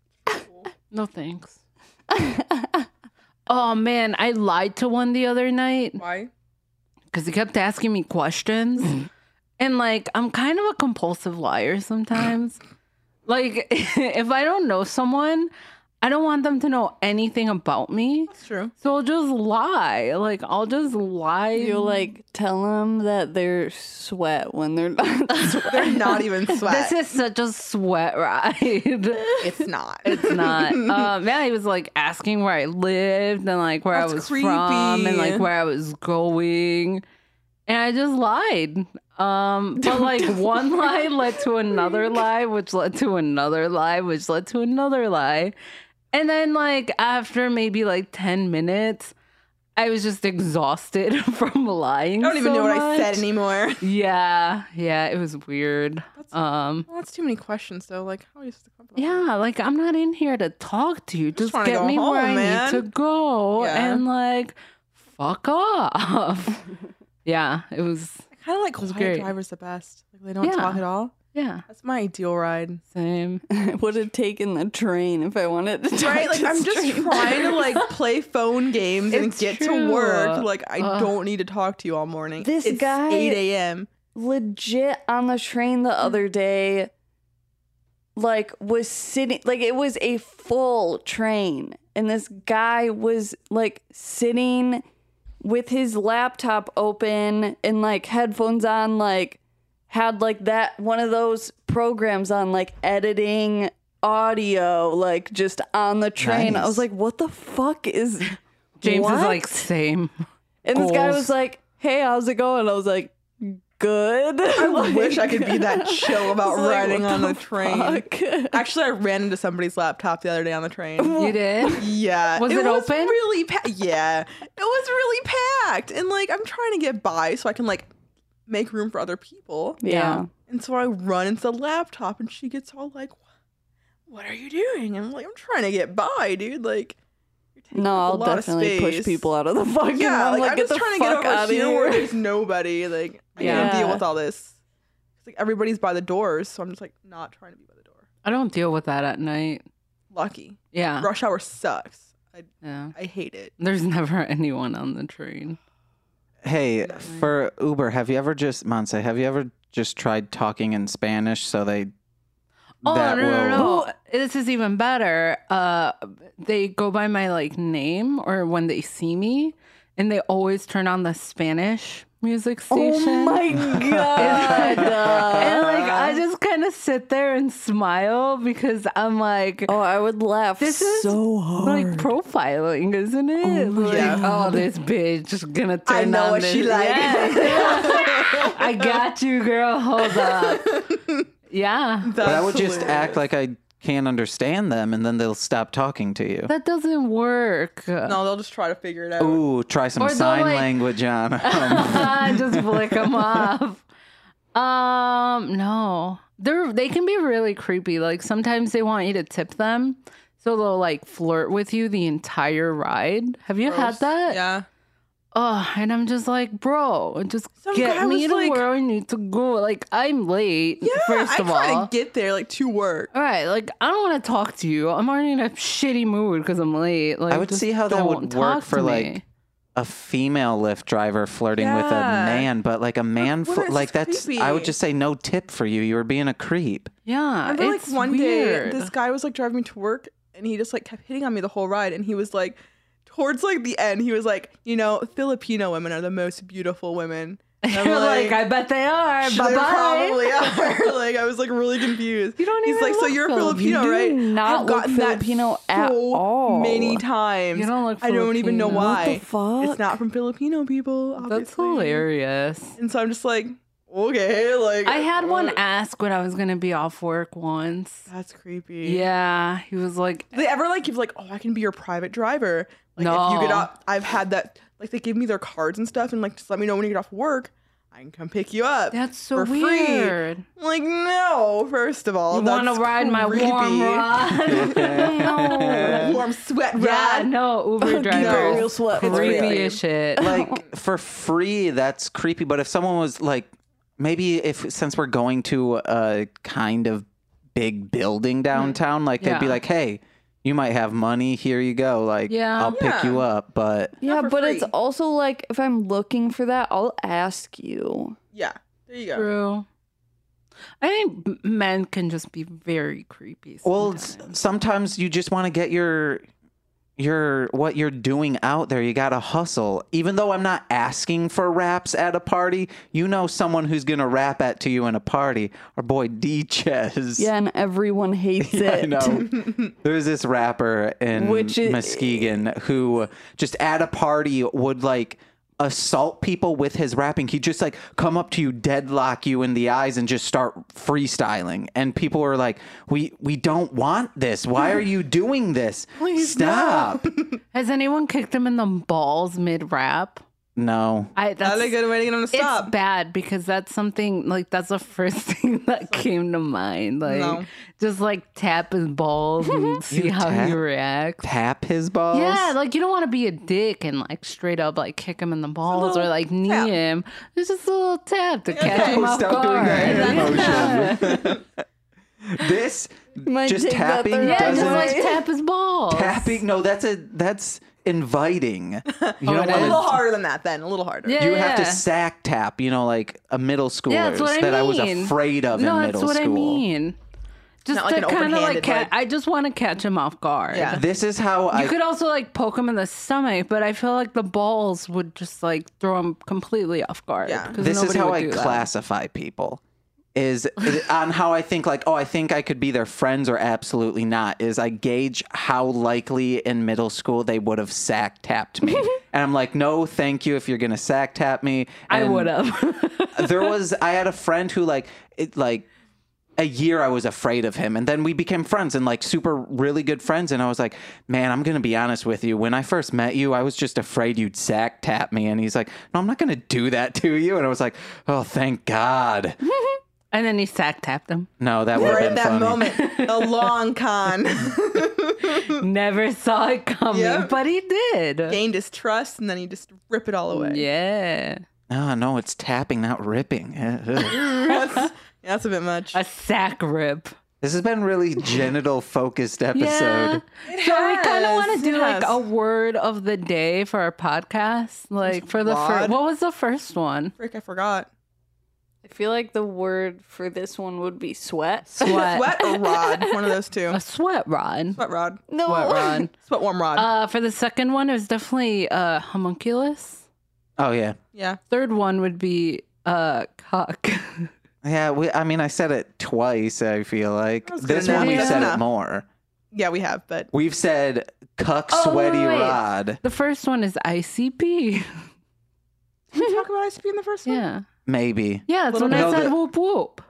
Speaker 3: No thanks. oh man, I lied to one the other night.
Speaker 2: Why?
Speaker 3: because he kept asking me questions. and like, I'm kind of a compulsive liar sometimes. Like, if I don't know someone, I don't want them to know anything about me.
Speaker 2: That's true.
Speaker 3: So I'll just lie. Like, I'll just lie.
Speaker 1: You'll like tell them that they're sweat when they're not sweat.
Speaker 2: They're not even sweat.
Speaker 3: This is such a sweat ride. it's
Speaker 2: it's not.
Speaker 3: not. Um, yeah, he was like asking where I lived and like where
Speaker 2: That's
Speaker 3: I was
Speaker 2: creepy.
Speaker 3: from and like where I was going, and I just lied. Um, but like one lie led to another lie, which led to another lie, which led to another lie, and then like after maybe like ten minutes, I was just exhausted from lying.
Speaker 2: I don't even
Speaker 3: so
Speaker 2: know what I
Speaker 3: much.
Speaker 2: said anymore.
Speaker 3: Yeah, yeah, it was weird. Um,
Speaker 2: Well, that's too many questions, though. Like, how are you supposed to come up with that?
Speaker 3: yeah, like I'm not in here to talk to you. Just,
Speaker 2: wanna
Speaker 3: get
Speaker 2: go
Speaker 3: me
Speaker 2: home,
Speaker 3: where I
Speaker 2: man.
Speaker 3: need to go
Speaker 2: Yeah.
Speaker 3: and like fuck off. yeah, it was
Speaker 2: I kind of like quiet
Speaker 3: great.
Speaker 2: drivers the best. Like, they don't
Speaker 3: Yeah.
Speaker 2: talk at all.
Speaker 3: yeah,
Speaker 2: That's my ideal ride.
Speaker 3: same.
Speaker 1: Would have taken the train if I wanted to. talk
Speaker 2: Right? Like,
Speaker 1: to
Speaker 2: I'm just
Speaker 1: strangers.
Speaker 2: trying to like play phone games and
Speaker 3: It's
Speaker 2: get
Speaker 3: true.
Speaker 2: to work. Like, I
Speaker 3: Ugh.
Speaker 2: don't need to talk to you all morning.
Speaker 1: This
Speaker 2: it's
Speaker 1: guy-
Speaker 2: 8 a.m.
Speaker 1: legit on the train
Speaker 3: Mm.
Speaker 1: the other day like was sitting like it was a full train and this guy was like sitting with his laptop open and like headphones on like had like that one of those programs on like editing audio like just on the train i
Speaker 4: Nice.
Speaker 1: was like what the fuck is
Speaker 3: James is
Speaker 1: what?
Speaker 3: like same.
Speaker 1: and this guy
Speaker 3: goals.
Speaker 1: was like hey how's it going i was like good
Speaker 2: I wish I could be that chill about riding on the train. Actually, I ran into somebody's laptop the other day on the train.
Speaker 3: You did?
Speaker 2: Yeah.
Speaker 3: Was
Speaker 2: was
Speaker 3: it open?
Speaker 2: Really pa- yeah. It was really packed. And like I'm trying to get by so I can like make room for other people.
Speaker 1: Yeah.
Speaker 2: And so I run into the laptop and she gets all like, What are you doing? And I'm like, I'm trying to get by, dude. Like you're taking
Speaker 1: No,
Speaker 2: up a
Speaker 1: I'll
Speaker 2: lot of
Speaker 1: definitely push
Speaker 2: space."
Speaker 1: people out of the fucking
Speaker 2: Yeah,
Speaker 1: room.
Speaker 2: like,
Speaker 1: Like,
Speaker 2: I'm
Speaker 1: get
Speaker 2: just
Speaker 1: the
Speaker 2: trying to
Speaker 1: fuck
Speaker 2: get over
Speaker 1: out
Speaker 2: here, where
Speaker 1: of here.
Speaker 2: there's nobody. Like I
Speaker 1: Yeah.
Speaker 2: can't deal with all this. It's like everybody's by the doors, so I'm just like not trying to be by the door.
Speaker 3: I don't deal with that at night.
Speaker 2: Lucky.
Speaker 1: Ah.
Speaker 3: Yeah,
Speaker 2: Rush hour sucks. I
Speaker 3: yeah.
Speaker 2: I hate it.
Speaker 3: There's never anyone on the train.
Speaker 4: Hey, for Uber, have you ever just Monse, have you ever just tried talking in Spanish so they
Speaker 3: Oh
Speaker 4: that
Speaker 3: no, no,
Speaker 4: will
Speaker 3: no, no. This is even better. Uh, they go by my like name or when they see me, and they always turn on the Spanish music station.
Speaker 1: Oh my god.
Speaker 3: and like I just kind of sit there and smile because I'm like,
Speaker 1: oh, I would laugh
Speaker 3: This is,
Speaker 1: so hard.
Speaker 3: like profiling, isn't it? Oh, like,
Speaker 2: God.
Speaker 3: oh, this bitch is gonna turn
Speaker 2: I know
Speaker 3: on
Speaker 2: what
Speaker 3: this.
Speaker 2: she like.
Speaker 3: Yes. I got you, girl. Hold up. Yeah,
Speaker 4: But I would just act like I can't understand them and then they'll stop talking to you.
Speaker 3: that doesn't work.
Speaker 2: No, they'll just try to figure it out.
Speaker 4: Ooh, try some
Speaker 3: Or they'll,
Speaker 4: sign
Speaker 3: like-
Speaker 4: language on 'em.
Speaker 3: just flick them off. Um, no, they're they can be really creepy. Like sometimes they want you to tip them, so they'll like flirt with you the entire ride. Have you had that?
Speaker 2: Yeah.
Speaker 3: Oh, and I'm just like, bro, just
Speaker 2: Some guy
Speaker 3: get me
Speaker 2: was
Speaker 3: to
Speaker 2: like-
Speaker 3: where I need to go. Like I'm late.
Speaker 2: Yeah.
Speaker 3: first of
Speaker 2: I try
Speaker 3: all.
Speaker 2: to get there like to work.
Speaker 3: all right, like I don't want to talk to you. I'm already in a shitty mood because I'm late. Like
Speaker 4: I would
Speaker 3: just
Speaker 4: see how that would
Speaker 3: don't
Speaker 4: work
Speaker 3: talk
Speaker 4: for
Speaker 3: to
Speaker 4: like
Speaker 3: me.
Speaker 4: a female Lyft driver flirting with a
Speaker 2: Yeah.
Speaker 4: man, but like a man,
Speaker 2: what
Speaker 4: fl-
Speaker 2: is
Speaker 4: like that's, I would
Speaker 2: creepy?
Speaker 4: just say no tip for you. You were being a creep.
Speaker 3: yeah.
Speaker 2: I remember
Speaker 3: it's
Speaker 2: like one
Speaker 3: weird.
Speaker 2: day this guy was like driving me to work and he just like kept hitting on me the whole ride and he was like towards like the end he was like, you know, Filipino women are the most beautiful women. And I'm
Speaker 3: You're like, I bet they are.
Speaker 2: "They
Speaker 3: Bye bye.
Speaker 2: probably are. like I was like really confused.
Speaker 3: You don't
Speaker 2: He's
Speaker 3: even
Speaker 2: like, so
Speaker 3: look
Speaker 2: you're
Speaker 3: Filip- you
Speaker 2: Filipino,
Speaker 3: do
Speaker 2: right?
Speaker 1: not
Speaker 2: I've
Speaker 1: look
Speaker 2: gotten that
Speaker 1: Filipino at
Speaker 2: so
Speaker 1: all.
Speaker 2: Many times.
Speaker 3: You don't look
Speaker 2: I don't even know
Speaker 3: Filipino. What
Speaker 2: why.
Speaker 1: the fuck?
Speaker 2: It's not from Filipino people. Obviously.
Speaker 3: That's hilarious.
Speaker 2: And so I'm just like, okay, like
Speaker 3: I had one
Speaker 2: uh,
Speaker 3: ask when I was gonna be off work once.
Speaker 2: That's creepy.
Speaker 3: Yeah, he was like,
Speaker 2: They ever like give like, oh, I can be your private driver. Like if you get
Speaker 3: No.
Speaker 2: off, I've had that. Like they give me their cards and stuff, and like just let me know when you get off work. I can come pick you up.
Speaker 3: "That's so
Speaker 2: for free.
Speaker 3: weird.
Speaker 2: I'm like no, first of all,
Speaker 3: You want to
Speaker 2: that's
Speaker 3: ride my warm
Speaker 2: creepy.
Speaker 3: rod?" no.
Speaker 2: warm sweat
Speaker 3: Yeah,
Speaker 2: ride.
Speaker 3: no Uber drivers.
Speaker 1: real sweat
Speaker 3: it's
Speaker 1: for
Speaker 3: creepy
Speaker 1: real.
Speaker 3: as shit.
Speaker 4: like for free that's creepy but if someone was like maybe if since we're going to a kind of big building downtown like they'd be
Speaker 3: Yeah.
Speaker 4: like hey you might have money here you go like
Speaker 3: Yeah.
Speaker 4: i'll pick
Speaker 2: Yeah.
Speaker 4: you up but
Speaker 1: yeah,
Speaker 2: for
Speaker 1: but it's
Speaker 2: free.
Speaker 1: also like if I'm looking for that, I'll ask you.
Speaker 2: Yeah, there you go.
Speaker 3: True. I think m- men can just be very creepy.
Speaker 4: Well, s-
Speaker 3: sometimes.
Speaker 4: sometimes you just want to get your your what you're doing out there. You got to hustle. Even though I'm not asking for raps at a party, you know someone who's going to rap at to you in a party. Our boy D-Chess.
Speaker 1: Yeah, and everyone hates
Speaker 4: Yeah, I
Speaker 1: it.
Speaker 4: know. There's this rapper in
Speaker 1: Which i-
Speaker 4: Muskegon who just at a party would like assault people with his rapping. He'd just like come up to you, deadlock you in the eyes, and just start freestyling. And people were like, "We we don't want this. Why are you doing this? Please stop."
Speaker 3: has anyone kicked him in the balls mid rap?
Speaker 4: no.
Speaker 3: I that's
Speaker 2: That's a good way to get him to
Speaker 3: it's
Speaker 2: stop.
Speaker 3: bad because that's something like that's the first thing that came to mind. Like
Speaker 2: No.
Speaker 3: just like tap his balls and see how he
Speaker 4: tap-
Speaker 3: reacts.
Speaker 4: Tap his balls.
Speaker 3: Yeah, like you don't want to be a dick and like straight up like kick him in the balls or
Speaker 2: little
Speaker 3: like knee
Speaker 2: tap.
Speaker 3: him. It's just a little tap to catch him off
Speaker 4: Stop doing
Speaker 3: guard.
Speaker 4: that hand motion. this
Speaker 1: Might
Speaker 4: just
Speaker 1: take that
Speaker 4: tapping
Speaker 1: third
Speaker 3: yeah,
Speaker 4: doesn't
Speaker 3: just like
Speaker 1: Doesn't-
Speaker 3: tap his balls.
Speaker 4: Tapping? No, that's a that's inviting. You don't
Speaker 2: A
Speaker 3: it
Speaker 2: little
Speaker 4: want
Speaker 2: harder than that, then. A little harder.
Speaker 3: Yeah,
Speaker 4: to. You have to
Speaker 3: Oh, yeah.
Speaker 4: sack tap. You know, like a middle schooler
Speaker 3: Yeah, that's what I
Speaker 4: that I was
Speaker 3: mean.
Speaker 4: afraid of
Speaker 3: no,
Speaker 4: in
Speaker 3: that's
Speaker 4: middle
Speaker 3: what
Speaker 4: school.
Speaker 3: I mean. Just
Speaker 2: Not like
Speaker 3: to
Speaker 2: an
Speaker 3: kind of like,
Speaker 2: open-handed,
Speaker 3: ca-
Speaker 2: like-
Speaker 3: I just want to catch him off guard.
Speaker 2: Yeah.
Speaker 4: This is how
Speaker 3: You
Speaker 4: I.
Speaker 3: could also like poke him in the stomach, but I feel like the balls would just like throw him completely off guard.
Speaker 2: Yeah.
Speaker 3: because
Speaker 4: This is
Speaker 3: nobody
Speaker 4: how
Speaker 3: would
Speaker 4: I
Speaker 3: do that.
Speaker 4: classify people. Is, is on how I think like oh I think I could be their friends or absolutely not is I gauge how likely in middle school they would have sack tapped me and I'm like no thank you if you're gonna sack tap me
Speaker 3: I
Speaker 4: And
Speaker 3: would have.
Speaker 4: there was I had a friend who like it like a year I was afraid of him and then we became friends and like super really good friends and I was like, "Man, I'm going to be honest with you. When I first met you, I was just afraid you'd sack tap me." And he's like, "No, I'm not going to do that to you." And I was like, "Oh, thank God."
Speaker 3: and then he sack tapped him.
Speaker 4: No, that would have
Speaker 2: Right
Speaker 4: been
Speaker 2: at that
Speaker 4: funny.
Speaker 2: moment, a long con
Speaker 3: Never saw it coming,
Speaker 2: Yeah.
Speaker 3: but he did.
Speaker 2: gained his trust, and then he just rip it all away.
Speaker 3: Yeah,
Speaker 4: Oh, no, it's tapping, not ripping. this
Speaker 2: that's, that's a bit much.
Speaker 3: a sack rib.
Speaker 4: has been really genital focused episode.
Speaker 3: Yeah. So we kind of
Speaker 2: has,
Speaker 3: want to do
Speaker 2: it
Speaker 3: like
Speaker 2: has.
Speaker 3: a word of the day for our podcast. Like for the first,
Speaker 2: Rod.
Speaker 3: what was the first one?
Speaker 2: Frick, I forgot.
Speaker 1: I feel like the word for this one would be sweat.
Speaker 3: Sweat.
Speaker 2: Sweat or rod? One of those two.
Speaker 3: A sweat rod.
Speaker 2: Sweat rod.
Speaker 1: No.
Speaker 3: Sweat rod.
Speaker 2: Sweat warm rod.
Speaker 3: Uh, for the second one, it was definitely uh, homunculus.
Speaker 4: Oh yeah.
Speaker 2: yeah.
Speaker 3: Third one would be uh, cock.
Speaker 4: Yeah, we, I mean I said it twice, I feel like.
Speaker 2: That was good
Speaker 4: This one
Speaker 2: enough.
Speaker 4: we
Speaker 3: That's
Speaker 4: said it
Speaker 2: enough.
Speaker 4: more.
Speaker 2: Yeah, we have, but
Speaker 4: We've said cuck
Speaker 3: Oh, wait,
Speaker 4: sweaty
Speaker 3: wait, wait.
Speaker 4: rod.
Speaker 3: the first one is ICP.
Speaker 2: Did we talk about ICP in the first one?
Speaker 3: Yeah.
Speaker 4: Maybe.
Speaker 3: Yeah, that's
Speaker 2: Little
Speaker 3: when
Speaker 4: bit.
Speaker 3: I
Speaker 4: No,
Speaker 3: said
Speaker 4: the-
Speaker 3: whoop whoop.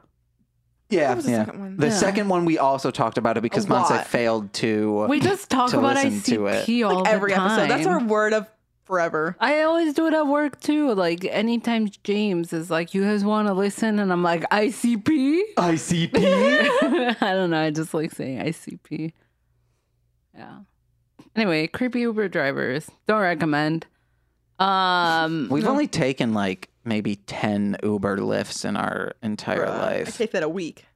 Speaker 4: Yeah.
Speaker 2: What was the
Speaker 4: yeah.
Speaker 2: second one?
Speaker 4: The
Speaker 3: Yeah.
Speaker 4: second one we also talked about it because
Speaker 2: A
Speaker 4: Monse
Speaker 2: lot.
Speaker 4: failed to
Speaker 3: We just talk
Speaker 4: To
Speaker 3: about
Speaker 4: listen to
Speaker 3: ICP all
Speaker 2: Like
Speaker 3: the
Speaker 2: every
Speaker 3: time.
Speaker 2: episode. That's our word of forever.
Speaker 3: I always do it at work too. Like anytime James is like, "You guys want to listen?" and I'm like, "ICP."
Speaker 4: ICP.
Speaker 3: I don't know. I just like saying ICP. Yeah. Anyway, creepy Uber drivers don't recommend. Um,
Speaker 4: We've only taken like maybe ten Uber lifts in our entire
Speaker 2: Bruh. Uh, I
Speaker 4: life.
Speaker 2: take that a week.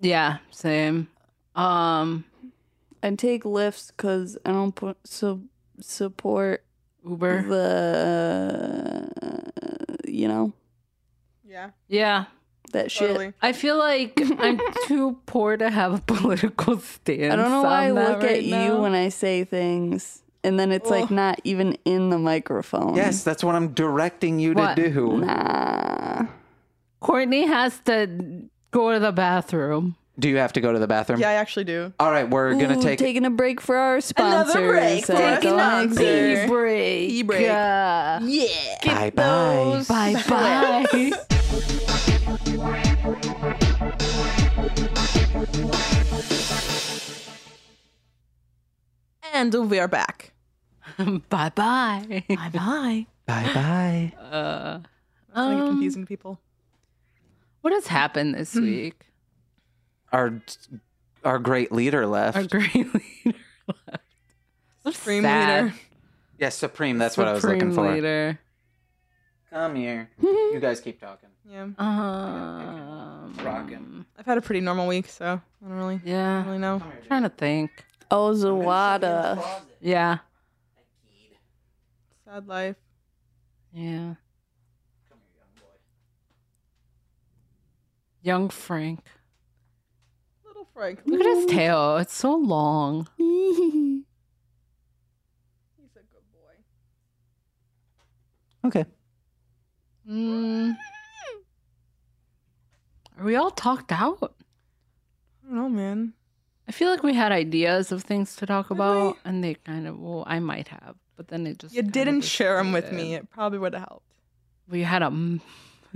Speaker 3: yeah, same. Um,
Speaker 1: I take lifts because I don't put, su- support
Speaker 3: Uber.
Speaker 1: the, uh, you know,
Speaker 2: Yeah,
Speaker 3: Yeah,
Speaker 1: that shit.
Speaker 2: totally.
Speaker 3: I feel like I'm too poor to have a political stance.
Speaker 1: I don't know why I
Speaker 3: on that
Speaker 1: look
Speaker 3: right
Speaker 1: at you
Speaker 3: now.
Speaker 1: when I say things and then it's like
Speaker 2: Oh.
Speaker 1: not even in the microphone.
Speaker 4: Yes, that's what I'm directing you
Speaker 3: What?
Speaker 4: to do.
Speaker 1: Nah.
Speaker 3: Courtney has to go to the bathroom.
Speaker 4: Do you have to go to the bathroom?
Speaker 2: Yeah, I actually do.
Speaker 4: All right, we're gonna
Speaker 1: Ooh,
Speaker 4: take
Speaker 1: taking a break for our sponsors.
Speaker 2: Another break for
Speaker 1: at
Speaker 2: our
Speaker 1: Galactic.
Speaker 2: sponsors. Sure.
Speaker 3: break.
Speaker 2: Tea break.
Speaker 3: Yeah.
Speaker 2: Yeah.
Speaker 4: bye bye.
Speaker 3: Bye bye.
Speaker 2: And we are back.
Speaker 3: bye bye.
Speaker 2: Bye bye.
Speaker 4: Bye bye.
Speaker 3: Uh,
Speaker 2: I get
Speaker 3: um,
Speaker 2: confusing people. Hmm.
Speaker 3: what has happened this week?
Speaker 4: Our our great leader left.
Speaker 3: Our great leader left. I'm
Speaker 2: Supreme
Speaker 3: sad.
Speaker 2: leader.
Speaker 4: Yes, Supreme. That's what I was looking
Speaker 3: Supreme
Speaker 4: for.
Speaker 3: Leader.
Speaker 4: Come here. you guys keep talking.
Speaker 2: Yeah,
Speaker 3: Um,
Speaker 4: Rockin'.
Speaker 2: I've had a pretty normal week, so I don't really, don't
Speaker 3: Yeah.
Speaker 2: really know.
Speaker 3: I'm trying to think.
Speaker 1: Oh, Zawada.
Speaker 3: Yeah.
Speaker 2: Sad life.
Speaker 3: Yeah. Young Frank.
Speaker 2: Little Frank.
Speaker 3: Look at his tail. It's so long.
Speaker 2: He's a good boy.
Speaker 4: Okay.
Speaker 3: Mm. Are we all talked out?
Speaker 2: I don't know, man.
Speaker 3: I feel like we had ideas of things to talk
Speaker 2: Did
Speaker 3: about,
Speaker 2: we?
Speaker 3: and they kind of, well, I might have, but then it just.
Speaker 2: You
Speaker 3: kind of
Speaker 2: didn't share them with
Speaker 3: dissipated.
Speaker 2: me. It probably would have helped.
Speaker 3: We had a. m-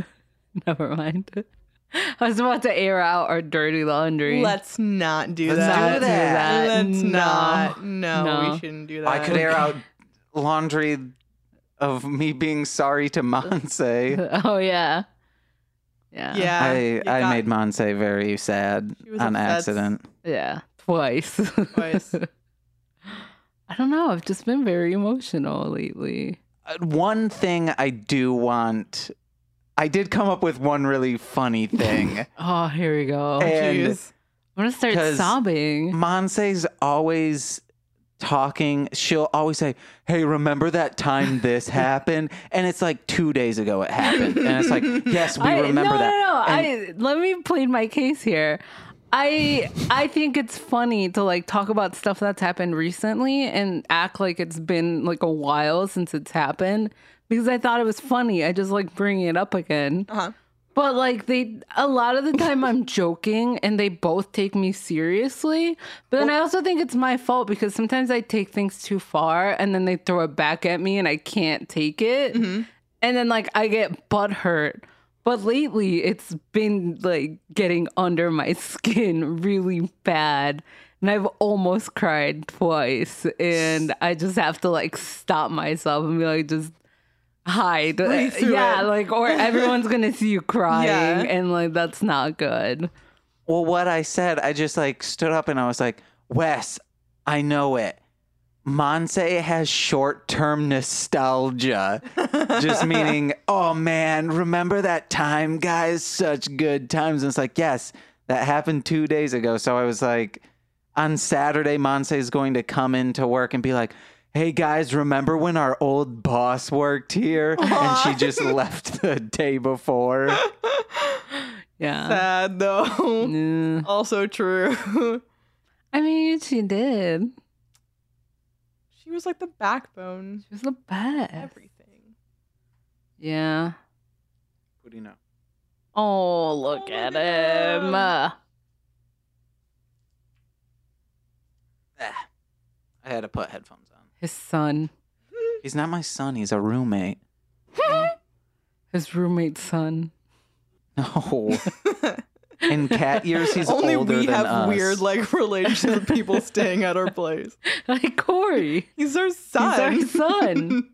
Speaker 3: Never mind. I was about to air out our dirty laundry.
Speaker 2: Let's not do
Speaker 4: Let's
Speaker 2: that.
Speaker 4: do that.
Speaker 2: Let's
Speaker 3: No.
Speaker 2: not. No,
Speaker 3: No.
Speaker 2: we shouldn't do that.
Speaker 4: I could air out laundry of me being sorry to Monse.
Speaker 3: oh, yeah. Yeah.
Speaker 2: Yeah.
Speaker 4: I,
Speaker 2: you
Speaker 4: I
Speaker 2: got
Speaker 4: made Monse very sad
Speaker 2: She was
Speaker 4: on
Speaker 2: upset.
Speaker 4: accident.
Speaker 3: Yeah. Twice.
Speaker 2: Twice.
Speaker 3: I don't know. I've just been very emotional lately.
Speaker 4: Uh, One thing I do want, I did come up with one really funny thing.
Speaker 3: Oh, here we go.
Speaker 4: Hey. and-
Speaker 2: Jeez.
Speaker 3: I'm going to start
Speaker 4: 'Cause-
Speaker 3: sobbing.
Speaker 4: Monse's always talking. She'll always say, Hey, remember that time this happened? And it's like two days ago it happened. And it's like, Yes, we
Speaker 3: I,
Speaker 4: remember
Speaker 3: no,
Speaker 4: that.
Speaker 3: No,
Speaker 4: And-
Speaker 3: no, I let me plead my case here. I I think it's funny to like talk about stuff that's happened recently and act like it's been like a while since it's happened because I thought it was funny. I just like bringing it up again.
Speaker 2: Uh-huh.
Speaker 3: But like they a lot of the time I'm joking and they both take me seriously. But then I also think it's my fault because sometimes I take things too far and then they throw it back at me and I can't take it.
Speaker 2: Mm-hmm.
Speaker 3: And then like I get butt hurt. But lately it's been like getting under my skin really bad. And I've almost cried twice. And I just have to like stop myself and be like just hide.
Speaker 2: Breathe through
Speaker 3: yeah,
Speaker 2: it.
Speaker 3: like or everyone's gonna see you crying
Speaker 2: Yeah.
Speaker 3: and like that's not good.
Speaker 4: Well, what I said, I just like stood up and I was like, Wes, I know it. Monse has short term nostalgia. just meaning, oh man, remember that time, guys? Such good times. And it's like, yes, that happened two days ago. So I was like, on Saturday, Monse is going to come into work and be like, Hey guys, remember when our old boss worked here and she just left the day before?
Speaker 3: Yeah.
Speaker 2: Sad though.
Speaker 3: Yeah.
Speaker 2: also true.
Speaker 3: I mean she did.
Speaker 2: she was like the backbone.
Speaker 3: She was the best.
Speaker 2: Everything.
Speaker 3: Yeah.
Speaker 4: What do you know?
Speaker 3: Oh, look
Speaker 2: look
Speaker 3: at
Speaker 2: at
Speaker 3: him.
Speaker 2: him.
Speaker 3: Uh,
Speaker 4: I had to put headphones on.
Speaker 3: His son,
Speaker 4: He's not my son. He's a roommate.
Speaker 3: his roommate's son.
Speaker 4: No. In cat years, he's
Speaker 2: Only
Speaker 4: older
Speaker 2: we
Speaker 4: than
Speaker 2: have
Speaker 4: us.
Speaker 2: weird like relations with people staying at our place.
Speaker 3: Like Corey.
Speaker 2: He's our son.
Speaker 3: He's our son.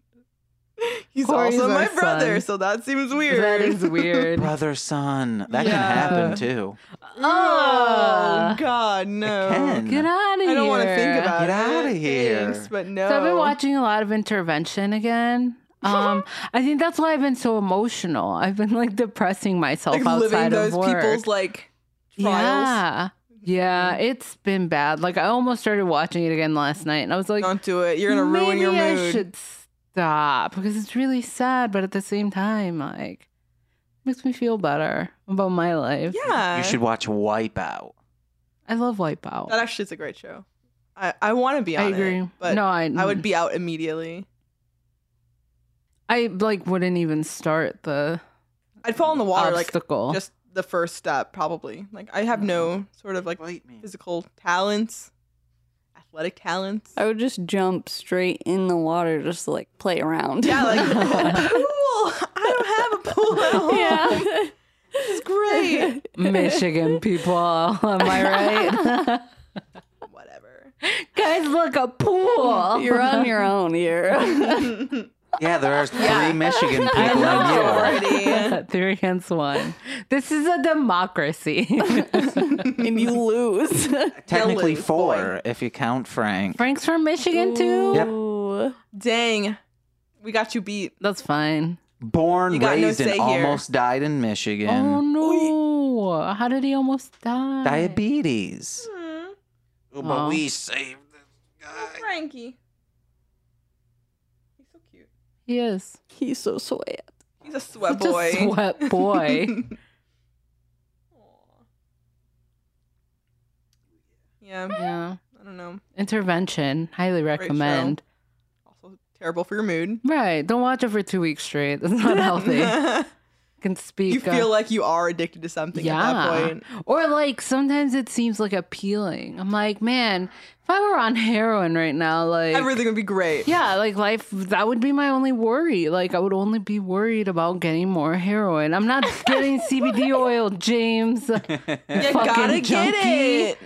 Speaker 2: He's
Speaker 3: Corey's
Speaker 2: also
Speaker 3: our
Speaker 2: my brother,
Speaker 3: son.
Speaker 2: so that seems weird.
Speaker 3: that is weird.
Speaker 4: brother son. That can
Speaker 2: Yeah.
Speaker 4: happen too.
Speaker 2: Oh
Speaker 3: oh,
Speaker 2: God, no!
Speaker 4: can.
Speaker 3: get out of here.
Speaker 2: I don't want to think about it.
Speaker 4: Get outta here.
Speaker 2: Thanks, but no.
Speaker 3: So I've been watching a lot of intervention again. Um, I think that's why I've been so emotional. I've been like depressing myself
Speaker 2: like
Speaker 3: outside
Speaker 2: living
Speaker 3: of
Speaker 2: those
Speaker 3: work.
Speaker 2: people's like trials.
Speaker 3: Yeah. Yeah, it's been bad. Like I almost started watching it again last night and I was like
Speaker 2: Don't do it. You're gonna ruin
Speaker 3: Maybe
Speaker 2: your
Speaker 3: I
Speaker 2: mood.
Speaker 3: should stop because it's really sad, but at the same time, like makes me feel better about my life.
Speaker 2: Yeah,
Speaker 4: You should watch Wipeout.
Speaker 3: I love Wipeout.
Speaker 2: That actually is a great show. I I want to be
Speaker 3: I
Speaker 2: on
Speaker 3: agree.
Speaker 2: it, but
Speaker 3: no, mm. I,
Speaker 2: I would be out immediately.
Speaker 3: I like wouldn't even start the
Speaker 2: I'd fall in the water
Speaker 3: obstacle.
Speaker 2: like just the first step probably. Like I have no sort of like
Speaker 4: Bite me.
Speaker 2: physical talents, athletic talents.
Speaker 3: Oh.
Speaker 1: I would just jump straight in the water just to like play around.
Speaker 2: Yeah, like pool. I don't have a pool at home.
Speaker 1: yeah.
Speaker 2: It's great.
Speaker 3: Michigan people, am I right?
Speaker 2: Whatever.
Speaker 3: Guys, look a pool.
Speaker 1: You're on your own here.
Speaker 4: Yeah, there are three Michigan people
Speaker 3: I
Speaker 4: in
Speaker 3: know.
Speaker 4: Europe.
Speaker 2: Already.
Speaker 3: Three against one. This is a democracy.
Speaker 1: and you lose.
Speaker 4: Technically
Speaker 2: lose,
Speaker 4: four,
Speaker 2: boy.
Speaker 4: if you count Frank.
Speaker 3: Frank's from Michigan too.
Speaker 4: Yep.
Speaker 1: Ooh.
Speaker 2: Dang, we got you beat.
Speaker 3: That's fine.
Speaker 4: Born,
Speaker 2: You got no
Speaker 4: raised,
Speaker 2: say
Speaker 4: and
Speaker 2: here.
Speaker 4: almost died in Michigan.
Speaker 3: Oh no! How did he almost die?
Speaker 4: Diabetes.
Speaker 2: Mm-hmm.
Speaker 3: but Oh. we
Speaker 4: saved this guy.
Speaker 2: Frankie. He's so cute.
Speaker 3: He is
Speaker 1: He's so sweet.
Speaker 2: He's a sweat
Speaker 3: Such a
Speaker 2: boy.
Speaker 3: sweat boy.
Speaker 2: Aw. Yeah,
Speaker 3: Yeah.
Speaker 2: I don't know.
Speaker 3: Intervention. Highly recommend.
Speaker 2: Also terrible for your mood.
Speaker 3: Right. Don't watch it for two weeks straight. That's not healthy. can speak.
Speaker 2: you
Speaker 3: uh,
Speaker 2: feel like you are addicted to something at that
Speaker 3: Yeah.
Speaker 2: point.
Speaker 3: Or like sometimes it seems like appealing. I'm like, man, if I were on heroin right now, like
Speaker 2: Everything would be great.
Speaker 3: Yeah, like life that would be my only worry. Like I would only be worried about getting more heroin. I'm not getting CBD oil, James.
Speaker 2: You
Speaker 3: fucking
Speaker 2: gotta get
Speaker 3: junkie.
Speaker 2: it.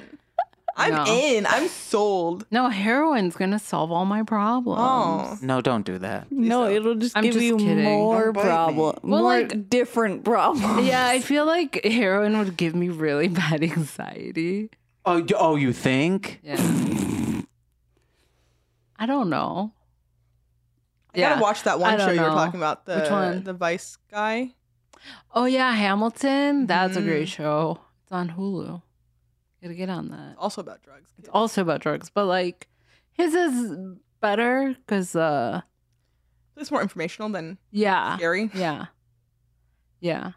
Speaker 2: I'm
Speaker 3: No.
Speaker 2: in. I'm sold.
Speaker 3: No, heroin's going to solve all my problems.
Speaker 2: Oh.
Speaker 4: No, don't do that.
Speaker 1: No, it'll just
Speaker 3: I'm
Speaker 1: give
Speaker 3: just
Speaker 1: you
Speaker 3: kidding.
Speaker 1: more
Speaker 4: Don't bite me.
Speaker 1: problem,
Speaker 3: Well,
Speaker 1: more
Speaker 3: like-
Speaker 1: different
Speaker 2: Oh.
Speaker 1: problems.
Speaker 3: Yeah, I feel like heroin would give me really bad anxiety.
Speaker 4: Oh, y- oh, you think?
Speaker 3: Yeah. I don't know.
Speaker 2: I gotta watch that
Speaker 3: I
Speaker 2: one
Speaker 3: don't
Speaker 2: show you were
Speaker 3: know.
Speaker 2: talking about. The,
Speaker 3: Which one?
Speaker 2: The Vice guy.
Speaker 3: Oh yeah, Hamilton. That's a
Speaker 2: Mhm.
Speaker 3: great show. Mm-hmm. It's on Hulu. Gotta get on that.
Speaker 2: Also about drugs.
Speaker 3: It's also about drugs, but like his is better because uh
Speaker 2: It's more informational than
Speaker 3: yeah.
Speaker 2: scary.
Speaker 3: Yeah. Yeah.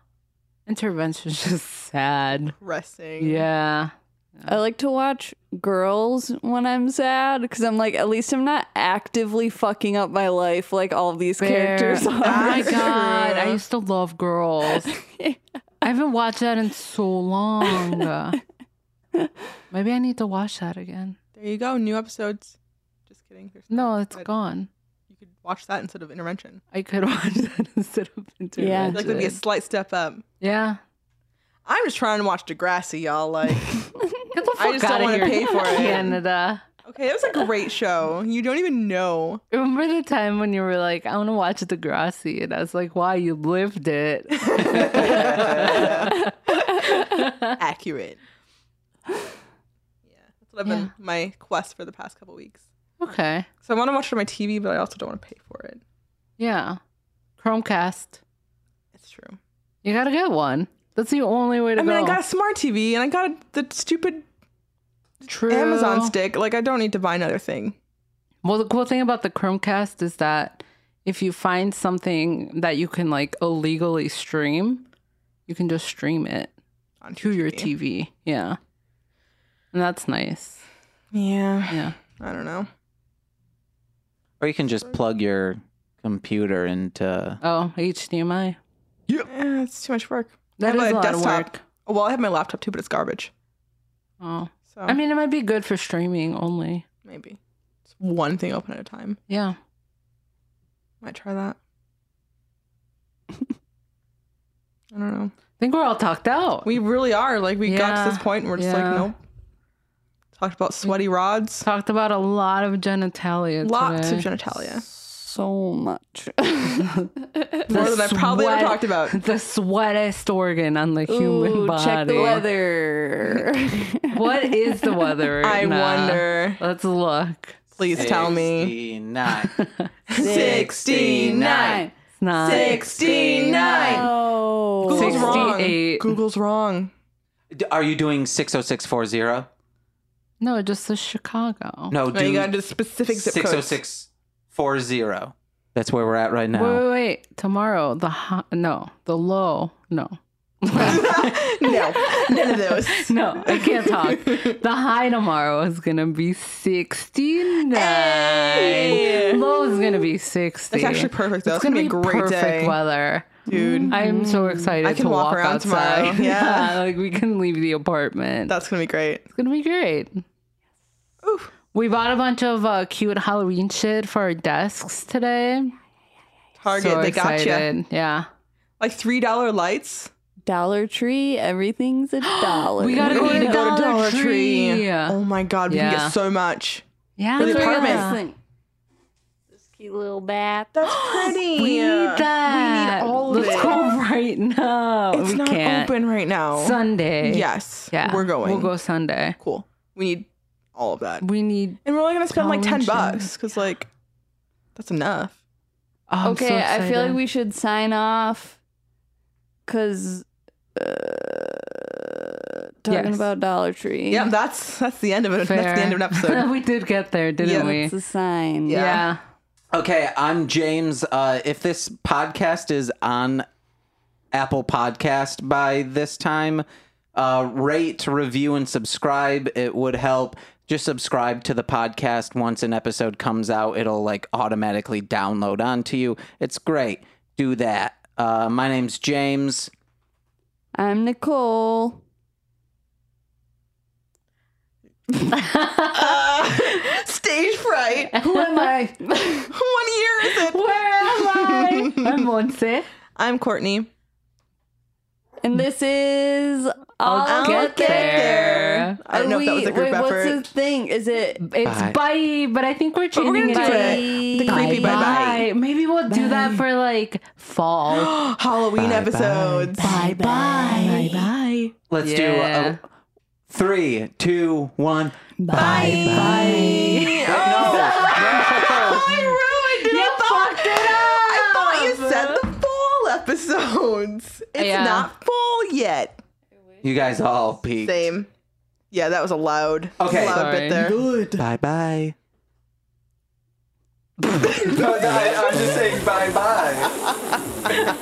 Speaker 3: Intervention's just sad.
Speaker 2: Depressing.
Speaker 3: Yeah.
Speaker 1: I like to watch girls when I'm sad because I'm like, at least I'm not actively fucking up my life like all these characters
Speaker 3: Fair.
Speaker 1: are.
Speaker 3: Oh my
Speaker 2: That's
Speaker 3: god. I
Speaker 2: true.
Speaker 3: used to love girls. I haven't watched that in so long. Maybe I need to watch that again.
Speaker 2: There you go. New episodes. Just kidding. There's
Speaker 3: No,
Speaker 2: not,
Speaker 3: it's
Speaker 2: but
Speaker 3: gone.
Speaker 2: You could watch that instead of intervention.
Speaker 3: I could watch that instead of
Speaker 1: Yeah.
Speaker 3: intervention.
Speaker 2: I feel Like it would be a slight step up.
Speaker 3: yeah.
Speaker 2: I'm just trying to watch Degrassi, y'all. Like,
Speaker 3: Get the fuck
Speaker 2: I just
Speaker 3: out
Speaker 2: don't
Speaker 3: of
Speaker 2: want to
Speaker 3: here,
Speaker 2: pay for it.
Speaker 3: Canada.
Speaker 2: Okay, that was a great show. You don't even know.
Speaker 3: Remember the time when you were like, I want to watch Degrassi? And I was like, why? You lived it.
Speaker 2: Accurate. Yeah, that's what I've been
Speaker 3: Yeah.
Speaker 2: my quest for the past couple weeks.
Speaker 3: okay.
Speaker 2: So I want to watch it on my TV, but I also don't want to pay for it.
Speaker 3: Yeah. Chromecast.
Speaker 2: It's true.
Speaker 3: You got to get one. That's the only way to
Speaker 2: I mean,
Speaker 3: go.
Speaker 2: I got a smart TV and I got the stupid
Speaker 3: True.
Speaker 2: Amazon stick. Like, I don't need to buy another thing.
Speaker 3: Well, the cool thing about the Chromecast is that if you find something that you can like illegally stream, you can just stream it
Speaker 2: On
Speaker 3: to your TV. Yeah. And that's nice.
Speaker 2: Yeah,
Speaker 3: Yeah.
Speaker 2: I don't know.
Speaker 4: Or you can just plug your computer into.
Speaker 3: Oh, HDMI.
Speaker 2: Eh, it's too much work. I
Speaker 3: That is
Speaker 2: have
Speaker 3: a
Speaker 2: a
Speaker 3: lot of
Speaker 2: desktop.
Speaker 3: work.
Speaker 2: Oh, well, I have my laptop too, but it's garbage.
Speaker 3: Oh.
Speaker 2: So
Speaker 3: I mean, it might be good for streaming only.
Speaker 2: maybe it's one thing open at a time.
Speaker 3: Yeah.
Speaker 2: Might try that. I don't know.
Speaker 3: I think we're all talked out.
Speaker 2: We really are. Like, we got to this
Speaker 3: Yeah.
Speaker 2: point and we're just
Speaker 3: Yeah.
Speaker 2: like, nope. Talked about sweaty rods,
Speaker 3: talked about a lot of genitalia.
Speaker 2: lots of
Speaker 3: today.
Speaker 2: genitalia.
Speaker 1: so much.
Speaker 2: More than I probably ever
Speaker 3: sweat-
Speaker 2: talked about.
Speaker 3: The sweatest organ on the human
Speaker 1: Ooh,
Speaker 3: body.
Speaker 1: check the weather.
Speaker 3: What is the weather?
Speaker 2: I
Speaker 3: right now?
Speaker 2: wonder.
Speaker 3: Let's look.
Speaker 2: Please tell me.
Speaker 4: 69.
Speaker 2: 69.
Speaker 3: It's not.
Speaker 2: 69.
Speaker 1: oh,
Speaker 2: Google's wrong.
Speaker 3: 68.
Speaker 2: Google's wrong.
Speaker 4: D- Are you doing 60640?
Speaker 3: No, it just says Chicago.
Speaker 4: No,
Speaker 2: No, Oh, you got
Speaker 4: do
Speaker 2: into specific zip
Speaker 3: oh
Speaker 2: codes.
Speaker 4: 60640. That's where we're at right now.
Speaker 3: Wait, wait, wait. Tomorrow, the high, no, the low, no.
Speaker 2: no, none of those.
Speaker 3: No, I can't talk. The high tomorrow is going to be 69.
Speaker 2: Hey!
Speaker 3: Low is going to be 60.
Speaker 2: That's actually perfect, though.
Speaker 3: It's going to be
Speaker 2: a great
Speaker 3: perfect
Speaker 2: day.
Speaker 3: weather.
Speaker 2: Dude,
Speaker 3: I'm so excited
Speaker 2: I can
Speaker 3: to
Speaker 2: walk
Speaker 3: walk,
Speaker 2: around tomorrow.
Speaker 3: outside.
Speaker 2: Yeah.
Speaker 3: like we can leave the apartment.
Speaker 2: that's going to be great.
Speaker 3: It's gonna be great.
Speaker 2: Oof.
Speaker 3: We bought a bunch of uh, cute Halloween shit for our desks today.
Speaker 2: Target,
Speaker 3: so
Speaker 2: they got you.
Speaker 3: excited. Yeah.
Speaker 2: Like $3 lights.
Speaker 1: Dollar Tree, everything's a dollar.
Speaker 3: We gotta go
Speaker 2: We
Speaker 3: to
Speaker 2: gotta
Speaker 3: Dollar, Tree.
Speaker 2: Oh my God, we can
Speaker 3: Yeah.
Speaker 2: get so much.
Speaker 3: Yeah,
Speaker 2: For the
Speaker 3: look at
Speaker 2: apartment.
Speaker 3: that.
Speaker 1: Listen. This cute little bat.
Speaker 2: That's pretty.
Speaker 3: We need that.
Speaker 2: We need all of
Speaker 3: Let's
Speaker 2: it.
Speaker 3: go right now.
Speaker 2: It's
Speaker 3: we
Speaker 2: not
Speaker 3: can't.
Speaker 2: open right now.
Speaker 3: Sunday.
Speaker 2: Yes.
Speaker 3: Yeah.
Speaker 2: We're going.
Speaker 3: We'll go Sunday.
Speaker 2: Cool. We need all of that.
Speaker 3: We need.
Speaker 2: And we're only going to spend like 10
Speaker 3: College and-
Speaker 2: bucks because, like, that's enough.
Speaker 3: Oh, I'm so
Speaker 1: okay, I feel like
Speaker 3: excited.
Speaker 1: we should sign off because uh, talking
Speaker 3: Yes.
Speaker 1: about Dollar Tree.
Speaker 2: Yeah, that's that's the end of it. That's the
Speaker 3: Fair.
Speaker 2: end of an episode.
Speaker 3: we did get there, didn't
Speaker 2: Yeah.
Speaker 3: we?
Speaker 1: That's a sign.
Speaker 2: Yeah.
Speaker 3: yeah.
Speaker 4: Okay, I'm James. Uh, if this podcast is on Apple Podcast by this time, uh, rate, review, and subscribe. It would help. Just subscribe to the podcast. Once an episode comes out, it'll like automatically download onto you. It's great. Do that. Uh, my name's James.
Speaker 1: I'm Nicole.
Speaker 2: Uh, stage fright.
Speaker 3: Who am I?
Speaker 2: What year is it?
Speaker 3: Where am I? I'm Monse.
Speaker 2: I'm Courtney.
Speaker 1: And this is I'll,
Speaker 3: I'll
Speaker 1: get,
Speaker 3: Get
Speaker 1: there.
Speaker 3: There.
Speaker 2: I don't know if that was a group
Speaker 1: wait,
Speaker 2: effort.
Speaker 1: What's the thing? Is it
Speaker 3: It's
Speaker 4: Bye.
Speaker 3: bye. but I think we're
Speaker 2: But we're
Speaker 3: changing
Speaker 2: gonna do
Speaker 3: it.
Speaker 2: it. The
Speaker 1: Bye.
Speaker 2: creepy bye bye.
Speaker 3: Maybe we'll do that for like fall.
Speaker 2: Halloween episodes.
Speaker 3: bye
Speaker 2: Bye
Speaker 3: bye.
Speaker 2: bye.
Speaker 4: Let's
Speaker 3: Yeah.
Speaker 4: do a, three, two, one.
Speaker 3: Bye bye.
Speaker 2: Oh, I ruined it.
Speaker 3: You
Speaker 2: I thought-
Speaker 3: fucked it up.
Speaker 2: I thought you said the fall episodes. It's
Speaker 3: Yeah.
Speaker 2: not fall yet.
Speaker 4: You guys all peaked.
Speaker 2: Same. Yeah, that was a loud,
Speaker 4: Okay.
Speaker 2: loud
Speaker 3: Sorry.
Speaker 2: bit there.
Speaker 4: Good. Bye bye. no, no, I, I'm just saying bye bye.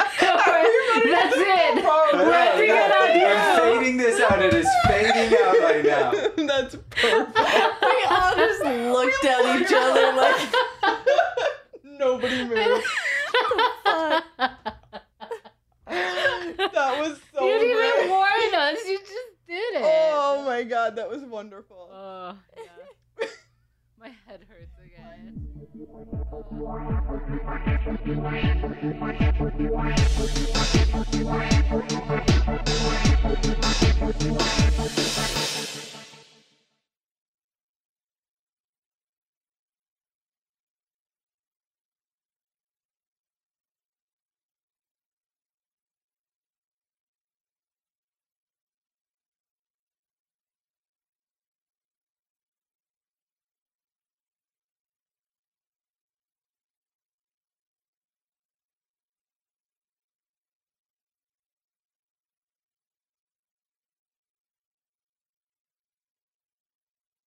Speaker 3: That's it. We're ending it on you.
Speaker 4: I'm fading this out. It is fading out right now.
Speaker 2: That's perfect.
Speaker 1: We all just looked at each other like
Speaker 2: Nobody moved. that was so
Speaker 3: You didn't
Speaker 2: great.
Speaker 3: even warn us. You just did it.
Speaker 2: Oh my god, that was wonderful.
Speaker 3: Oh, yeah. My head hurts again.